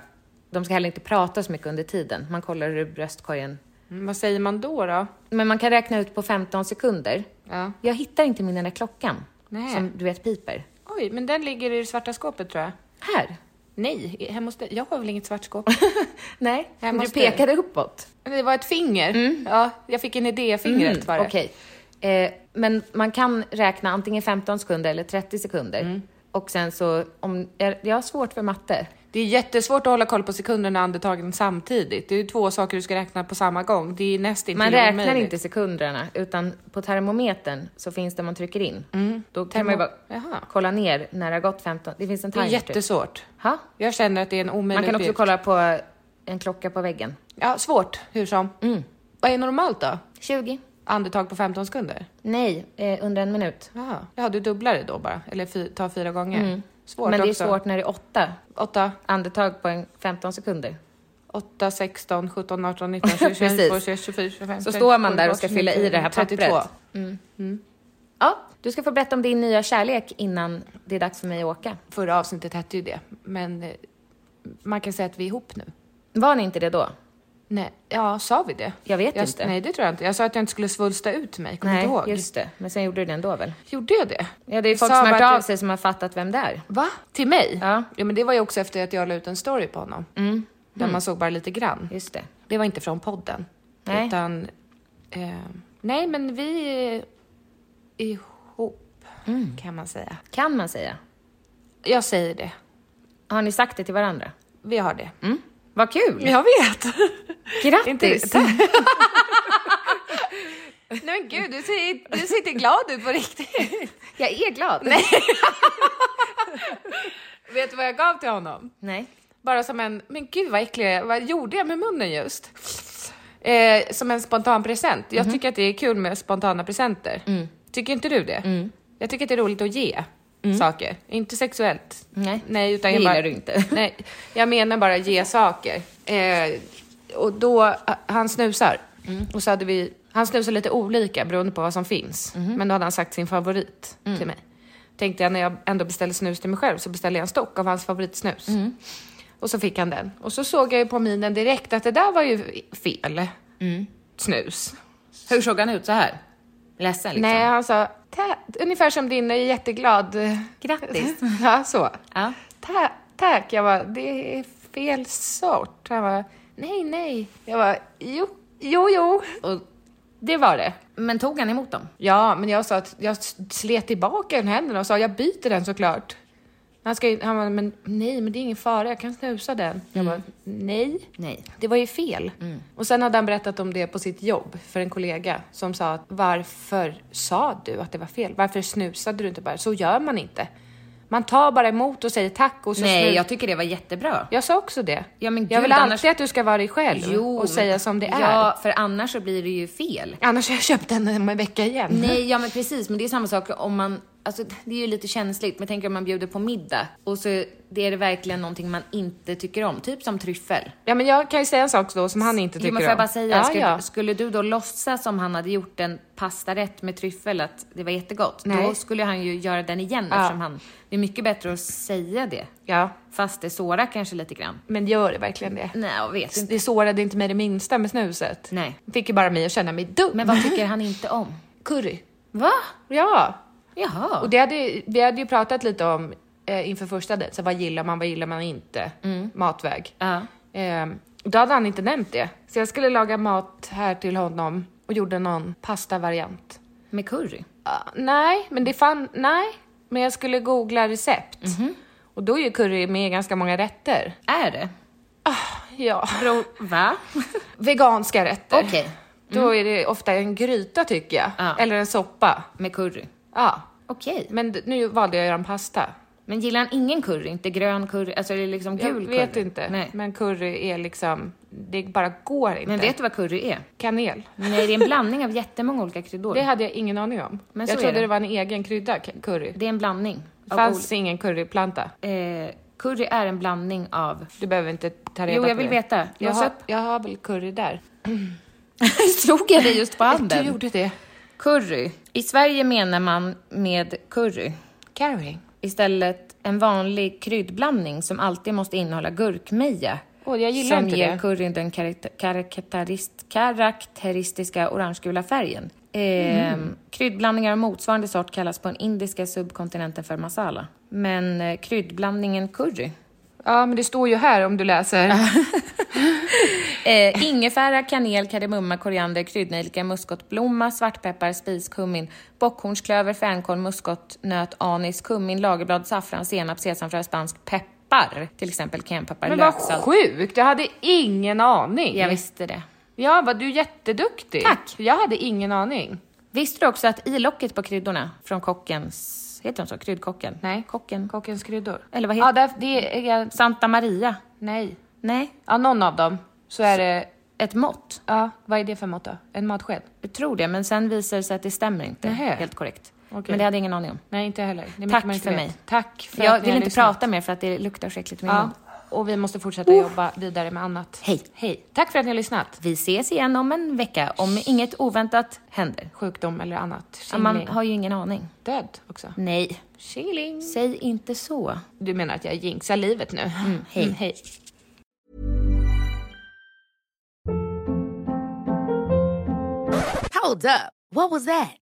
[SPEAKER 2] De ska heller inte prata så mycket under tiden. Man kollar ur bröstkorgen.
[SPEAKER 3] Mm, Vad säger man då då?
[SPEAKER 2] Men man kan räkna ut på 15 sekunder.
[SPEAKER 3] Ja.
[SPEAKER 2] Jag hittar inte min den där klockan
[SPEAKER 3] Nej.
[SPEAKER 2] som du vet piper.
[SPEAKER 3] Oj, men den ligger i det svarta skåpet tror jag.
[SPEAKER 2] Här!
[SPEAKER 3] Nej, hemma hos dig. Jag har väl inget svartskåp?
[SPEAKER 2] Nej,
[SPEAKER 3] Jag
[SPEAKER 2] men du
[SPEAKER 3] måste-
[SPEAKER 2] pekade uppåt.
[SPEAKER 3] det var ett finger. Ja, jag fick en idé i fingret var det.
[SPEAKER 2] Mm. Okej. Eh, men man kan räkna antingen 15 sekunder eller 30 sekunder.
[SPEAKER 3] Mm.
[SPEAKER 2] Och sen så, om, jag, jag har svårt för matte.
[SPEAKER 3] Det är jättesvårt att hålla koll på sekunderna och andetagen samtidigt. Det är ju två saker du ska räkna på samma gång. Det är nästintill
[SPEAKER 2] Man räknar
[SPEAKER 3] omöjligt.
[SPEAKER 2] inte sekunderna, utan på termometern så finns det man trycker in. Då kan
[SPEAKER 3] Mm. Termo-
[SPEAKER 2] man ju bara
[SPEAKER 3] Jaha.
[SPEAKER 2] kolla ner när det har gått 15, det finns en
[SPEAKER 3] Det är
[SPEAKER 2] timer. typ.
[SPEAKER 3] jättesvårt.
[SPEAKER 2] Ha?
[SPEAKER 3] Jag känner att det är en omöjlig
[SPEAKER 2] Man kan också
[SPEAKER 3] uppgift.
[SPEAKER 2] kolla på en klocka på väggen.
[SPEAKER 3] Ja, svårt hur som.
[SPEAKER 2] Mm.
[SPEAKER 3] Vad är normalt då?
[SPEAKER 2] 20?
[SPEAKER 3] Andetag på 15 sekunder?
[SPEAKER 2] Nej, eh, under en minut.
[SPEAKER 3] Jaha. Ja, du dubblar det då bara? Eller fy- tar fyra gånger? Svårt
[SPEAKER 2] Mm. men det är
[SPEAKER 3] också.
[SPEAKER 2] svårt när det är åtta
[SPEAKER 3] 8,
[SPEAKER 2] andetag på en 15 sekunder.
[SPEAKER 3] 8, 16, 17, 18, 19, 20, 21,
[SPEAKER 2] Precis.
[SPEAKER 3] 22, 23, 24, 25,
[SPEAKER 2] Så
[SPEAKER 3] 30,
[SPEAKER 2] står man där
[SPEAKER 3] 28,
[SPEAKER 2] och ska fylla i det här
[SPEAKER 3] 32.
[SPEAKER 2] pappret. Ja, du ska få berätta om din nya kärlek innan det är dags för mig att åka.
[SPEAKER 3] Förra avsnittet hette ju det, men eh, man kan säga att vi är ihop nu.
[SPEAKER 2] Var ni inte det då?
[SPEAKER 3] Nej, ja, sa vi det?
[SPEAKER 2] Jag vet
[SPEAKER 3] jag,
[SPEAKER 2] inte.
[SPEAKER 3] Nej, det tror jag inte. Jag sa att jag inte skulle svulsta ut mig, kommer du
[SPEAKER 2] Nej,
[SPEAKER 3] inte ihåg?
[SPEAKER 2] just det. Men sen gjorde du det ändå väl?
[SPEAKER 3] Gjorde jag det?
[SPEAKER 2] Ja, det är
[SPEAKER 3] Jag
[SPEAKER 2] folk som
[SPEAKER 3] sa
[SPEAKER 2] har
[SPEAKER 3] bara att
[SPEAKER 2] hört av
[SPEAKER 3] jag-
[SPEAKER 2] sig som har fattat vem det är.
[SPEAKER 3] Va? Till mig?
[SPEAKER 2] Ja. Mm.
[SPEAKER 3] men det var ju också efter att jag la ut en story på honom. Där man såg bara lite grann.
[SPEAKER 2] Just det.
[SPEAKER 3] Det var inte från podden.
[SPEAKER 2] Nej.
[SPEAKER 3] Utan, eh, nej men vi är ihop,
[SPEAKER 2] Mm.
[SPEAKER 3] kan man säga.
[SPEAKER 2] Kan man säga.
[SPEAKER 3] Jag säger det.
[SPEAKER 2] Har ni sagt det till varandra?
[SPEAKER 3] Vi har det.
[SPEAKER 2] Mm. Vad kul!
[SPEAKER 3] Jag vet!
[SPEAKER 2] Grattis!
[SPEAKER 3] nej men gud, du ser, du ser inte glad ut på riktigt.
[SPEAKER 2] Jag är glad.
[SPEAKER 3] vet du vad jag gav till honom?
[SPEAKER 2] Nej.
[SPEAKER 3] Bara som en, men gud vad äcklig jag är. vad gjorde jag med munnen just? Eh, som en spontan present. Jag
[SPEAKER 2] Mm-hmm.
[SPEAKER 3] tycker att det är kul med spontana presenter.
[SPEAKER 2] Mm.
[SPEAKER 3] Tycker inte du det? Jag tycker att det är roligt att ge saker. Inte sexuellt.
[SPEAKER 2] Mm. Nej.
[SPEAKER 3] Nej utan
[SPEAKER 2] Det
[SPEAKER 3] jag bara,
[SPEAKER 2] gillar du inte.
[SPEAKER 3] Nej, jag menar bara ge saker. Eh, och då, eh, han snusar.
[SPEAKER 2] Mm.
[SPEAKER 3] Och så hade vi, han snusar lite olika beroende på vad som finns.
[SPEAKER 2] Mm-hmm.
[SPEAKER 3] Men då hade han sagt sin favorit
[SPEAKER 2] Mm.
[SPEAKER 3] till mig. Tänkte jag när jag ändå beställde snus till mig själv så beställde jag en stock av hans favoritsnus.
[SPEAKER 2] Mm.
[SPEAKER 3] Och så fick han den. Och så såg jag ju på minen direkt att det där var ju fel.
[SPEAKER 2] Mm.
[SPEAKER 3] Snus.
[SPEAKER 2] Hur såg han ut? Så här? Ledsen liksom?
[SPEAKER 3] Nej, han sa, "Tä- ungefär som din, jag är jätteglad.
[SPEAKER 2] Grattis.
[SPEAKER 3] ja, så.
[SPEAKER 2] Ja.
[SPEAKER 3] "Tä- Tack, jag var det är fel sort. Han var nej, nej. Jag var jo, jo, jo. Och det var det.
[SPEAKER 2] Men tog han emot dem?
[SPEAKER 3] Ja, men jag sa att jag slet tillbaka den händerna och sa jag byter den såklart. Han, ska, ju- han bara, men nej, men det är ingen fara, jag kan snusa den. Jag bara, nej.
[SPEAKER 2] Mm. Nej. Mm.
[SPEAKER 3] Det var ju fel. Och sen hade han berättat om det på sitt jobb för en kollega som sa att varför sa du att det var fel? Varför snusade du inte bara? Så gör man inte. Man tar bara emot och säger tack och så
[SPEAKER 2] Nej,
[SPEAKER 3] snus-
[SPEAKER 2] jag tycker det var jättebra.
[SPEAKER 3] jag sa också det.
[SPEAKER 2] Ja, men
[SPEAKER 3] jag
[SPEAKER 2] gud,
[SPEAKER 3] vill
[SPEAKER 2] annars-
[SPEAKER 3] alltid att du ska vara dig själv och säga
[SPEAKER 2] men-
[SPEAKER 3] som det är.
[SPEAKER 2] Ja, för annars så blir det ju fel.
[SPEAKER 3] Annars har jag köpt den om en vecka igen.
[SPEAKER 2] Nej, ja men precis. Men det är samma sak om man, alltså det är ju lite känsligt. Men tänk om man bjuder på middag och så det är det verkligen någonting man inte tycker om. Typ som tryffel.
[SPEAKER 3] Ja, men jag kan ju säga en sak då som han inte tycker
[SPEAKER 2] jo,
[SPEAKER 3] om.
[SPEAKER 2] men får jag bara säga,
[SPEAKER 3] ja,
[SPEAKER 2] skulle,
[SPEAKER 3] ja.
[SPEAKER 2] skulle du då låtsas som han hade gjort en pastarätt med tryffel, att det var jättegott, då
[SPEAKER 3] Nej.
[SPEAKER 2] skulle han ju göra den igen eftersom han, det är mycket bättre att säga det.
[SPEAKER 3] ja.
[SPEAKER 2] Fast det sårar kanske lite grann.
[SPEAKER 3] Men gör det verkligen det?
[SPEAKER 2] Nej, jag vet inte.
[SPEAKER 3] Det sårade inte mig det minsta med snuset.
[SPEAKER 2] Mm. Nej.
[SPEAKER 3] Fick ju bara mig att känna mig dum.
[SPEAKER 2] Men vad tycker han inte om?
[SPEAKER 3] Curry.
[SPEAKER 2] Va?
[SPEAKER 3] Ja.
[SPEAKER 2] Jaha.
[SPEAKER 3] Och det hade, vi hade ju pratat lite om eh, inför första dejten, så vad gillar man, vad gillar man inte? Matväg.
[SPEAKER 2] Mm. Ja.
[SPEAKER 3] Ehm, då hade han inte nämnt det. Så jag skulle laga mat här till honom och gjorde någon pastavariant.
[SPEAKER 2] Med curry?
[SPEAKER 3] Ah, nej, men det fann, nej. Men jag skulle googla recept.
[SPEAKER 2] Mhm.
[SPEAKER 3] Och då är ju curry med i ganska många rätter.
[SPEAKER 2] Är det? Ah,
[SPEAKER 3] Ja.
[SPEAKER 2] Bro, va?
[SPEAKER 3] Veganska rätter.
[SPEAKER 2] Okej. Mm. Ah.
[SPEAKER 3] Då är det ofta en gryta tycker jag.
[SPEAKER 2] Ja.
[SPEAKER 3] Eller en soppa.
[SPEAKER 2] Med curry?
[SPEAKER 3] Ja.
[SPEAKER 2] Okej.
[SPEAKER 3] Men d- nu valde jag att göra en pasta.
[SPEAKER 2] Men gillar han ingen curry? Inte grön curry? Alltså är det liksom
[SPEAKER 3] Jag
[SPEAKER 2] gul
[SPEAKER 3] vet
[SPEAKER 2] curry?
[SPEAKER 3] inte.
[SPEAKER 2] Nej. Men,
[SPEAKER 3] Men curry är liksom, det bara går inte.
[SPEAKER 2] vet du vad curry är?
[SPEAKER 3] Kanel.
[SPEAKER 2] Nej, det är en blandning av jättemånga olika kryddor.
[SPEAKER 3] Det hade jag ingen aning om.
[SPEAKER 2] Men
[SPEAKER 3] jag
[SPEAKER 2] så är
[SPEAKER 3] trodde
[SPEAKER 2] det.
[SPEAKER 3] det. var en egen krydda, k- curry.
[SPEAKER 2] Det är en blandning.
[SPEAKER 3] Det fanns ingen curryplanta.
[SPEAKER 2] Av, eh, curry är en blandning av...
[SPEAKER 3] Du behöver inte ta reda
[SPEAKER 2] Jo,
[SPEAKER 3] på
[SPEAKER 2] jag vill
[SPEAKER 3] det.
[SPEAKER 2] veta.
[SPEAKER 3] Jag
[SPEAKER 2] Lås
[SPEAKER 3] har,
[SPEAKER 2] upp.
[SPEAKER 3] jag har väl curry där.
[SPEAKER 2] Slog jag dig just på
[SPEAKER 3] Du
[SPEAKER 2] handen?
[SPEAKER 3] gjorde det.
[SPEAKER 2] Curry. I Sverige menar man med curry
[SPEAKER 3] Carrying.
[SPEAKER 2] istället en vanlig kryddblandning som alltid måste innehålla gurkmeja.
[SPEAKER 3] Åh, jag gillar
[SPEAKER 2] som
[SPEAKER 3] inte
[SPEAKER 2] ger
[SPEAKER 3] det.
[SPEAKER 2] curryn den karaktä- karaktäris- karaktäristiska orangegula färgen.
[SPEAKER 3] Mm.
[SPEAKER 2] Ehm, Kryddblandningar av motsvarande sort kallas på den indiska subkontinenten för masala. Men eh, kryddblandningen curry
[SPEAKER 3] Ja, men det står ju här om du läser.
[SPEAKER 2] Eh, ingefära, kanel, kardemumma, koriander, kryddnejlika, muskotblomma, svartpeppar, spis, kummin, bockhornsklöver, fänkål, muskotnöt, anis, kummin, lagerblad, saffran, senap, sesamfrö, spansk peppar. Till exempel cayennepeppar,
[SPEAKER 3] Men vad
[SPEAKER 2] löksalt.
[SPEAKER 3] sjukt, jag hade ingen aning.
[SPEAKER 2] Jag visste det.
[SPEAKER 3] Ja, vad du är jätteduktig.
[SPEAKER 2] Tack.
[SPEAKER 3] Jag hade ingen aning.
[SPEAKER 2] Visste du också att i locket på kryddorna från kockens, heter de så? Kryddkocken? Nej. Kocken?
[SPEAKER 3] Kockens kryddor.
[SPEAKER 2] Eller vad
[SPEAKER 3] Ja,
[SPEAKER 2] heter
[SPEAKER 3] där, det är...
[SPEAKER 2] Santa Maria?
[SPEAKER 3] Nej.
[SPEAKER 2] Nej.
[SPEAKER 3] Ja, någon av dem. Så är det...
[SPEAKER 2] Ett mått?
[SPEAKER 3] Ja, vad är det för mått då? En matsked?
[SPEAKER 2] Jag tror det, men sen visar det sig att det stämmer inte
[SPEAKER 3] Nähä.
[SPEAKER 2] helt korrekt.
[SPEAKER 3] Okej.
[SPEAKER 2] Men det hade jag ingen aning om.
[SPEAKER 3] Nej, inte jag heller. Det är mycket
[SPEAKER 2] Tack
[SPEAKER 3] man inte
[SPEAKER 2] för
[SPEAKER 3] vet.
[SPEAKER 2] mig.
[SPEAKER 3] Tack för
[SPEAKER 2] jag
[SPEAKER 3] att ni
[SPEAKER 2] vill
[SPEAKER 3] har
[SPEAKER 2] inte
[SPEAKER 3] lyssnat.
[SPEAKER 2] prata mer för att det luktar så äckligt i min
[SPEAKER 3] Ja.
[SPEAKER 2] mun.
[SPEAKER 3] Och vi måste fortsätta jobba vidare med annat.
[SPEAKER 2] Hej.
[SPEAKER 3] Hej. Tack för att ni har lyssnat.
[SPEAKER 2] Vi ses igen om en vecka om inget oväntat händer.
[SPEAKER 3] Sjukdom eller annat.
[SPEAKER 2] Ja,
[SPEAKER 3] Shingling.
[SPEAKER 2] Man har ju ingen aning.
[SPEAKER 3] död också.
[SPEAKER 2] Nej,
[SPEAKER 3] Shingling.
[SPEAKER 2] säg inte så. Mm.
[SPEAKER 3] Du menar att jag jinxar livet nu? Mm.
[SPEAKER 2] hej.
[SPEAKER 3] hej.
[SPEAKER 7] Hold up. What was that?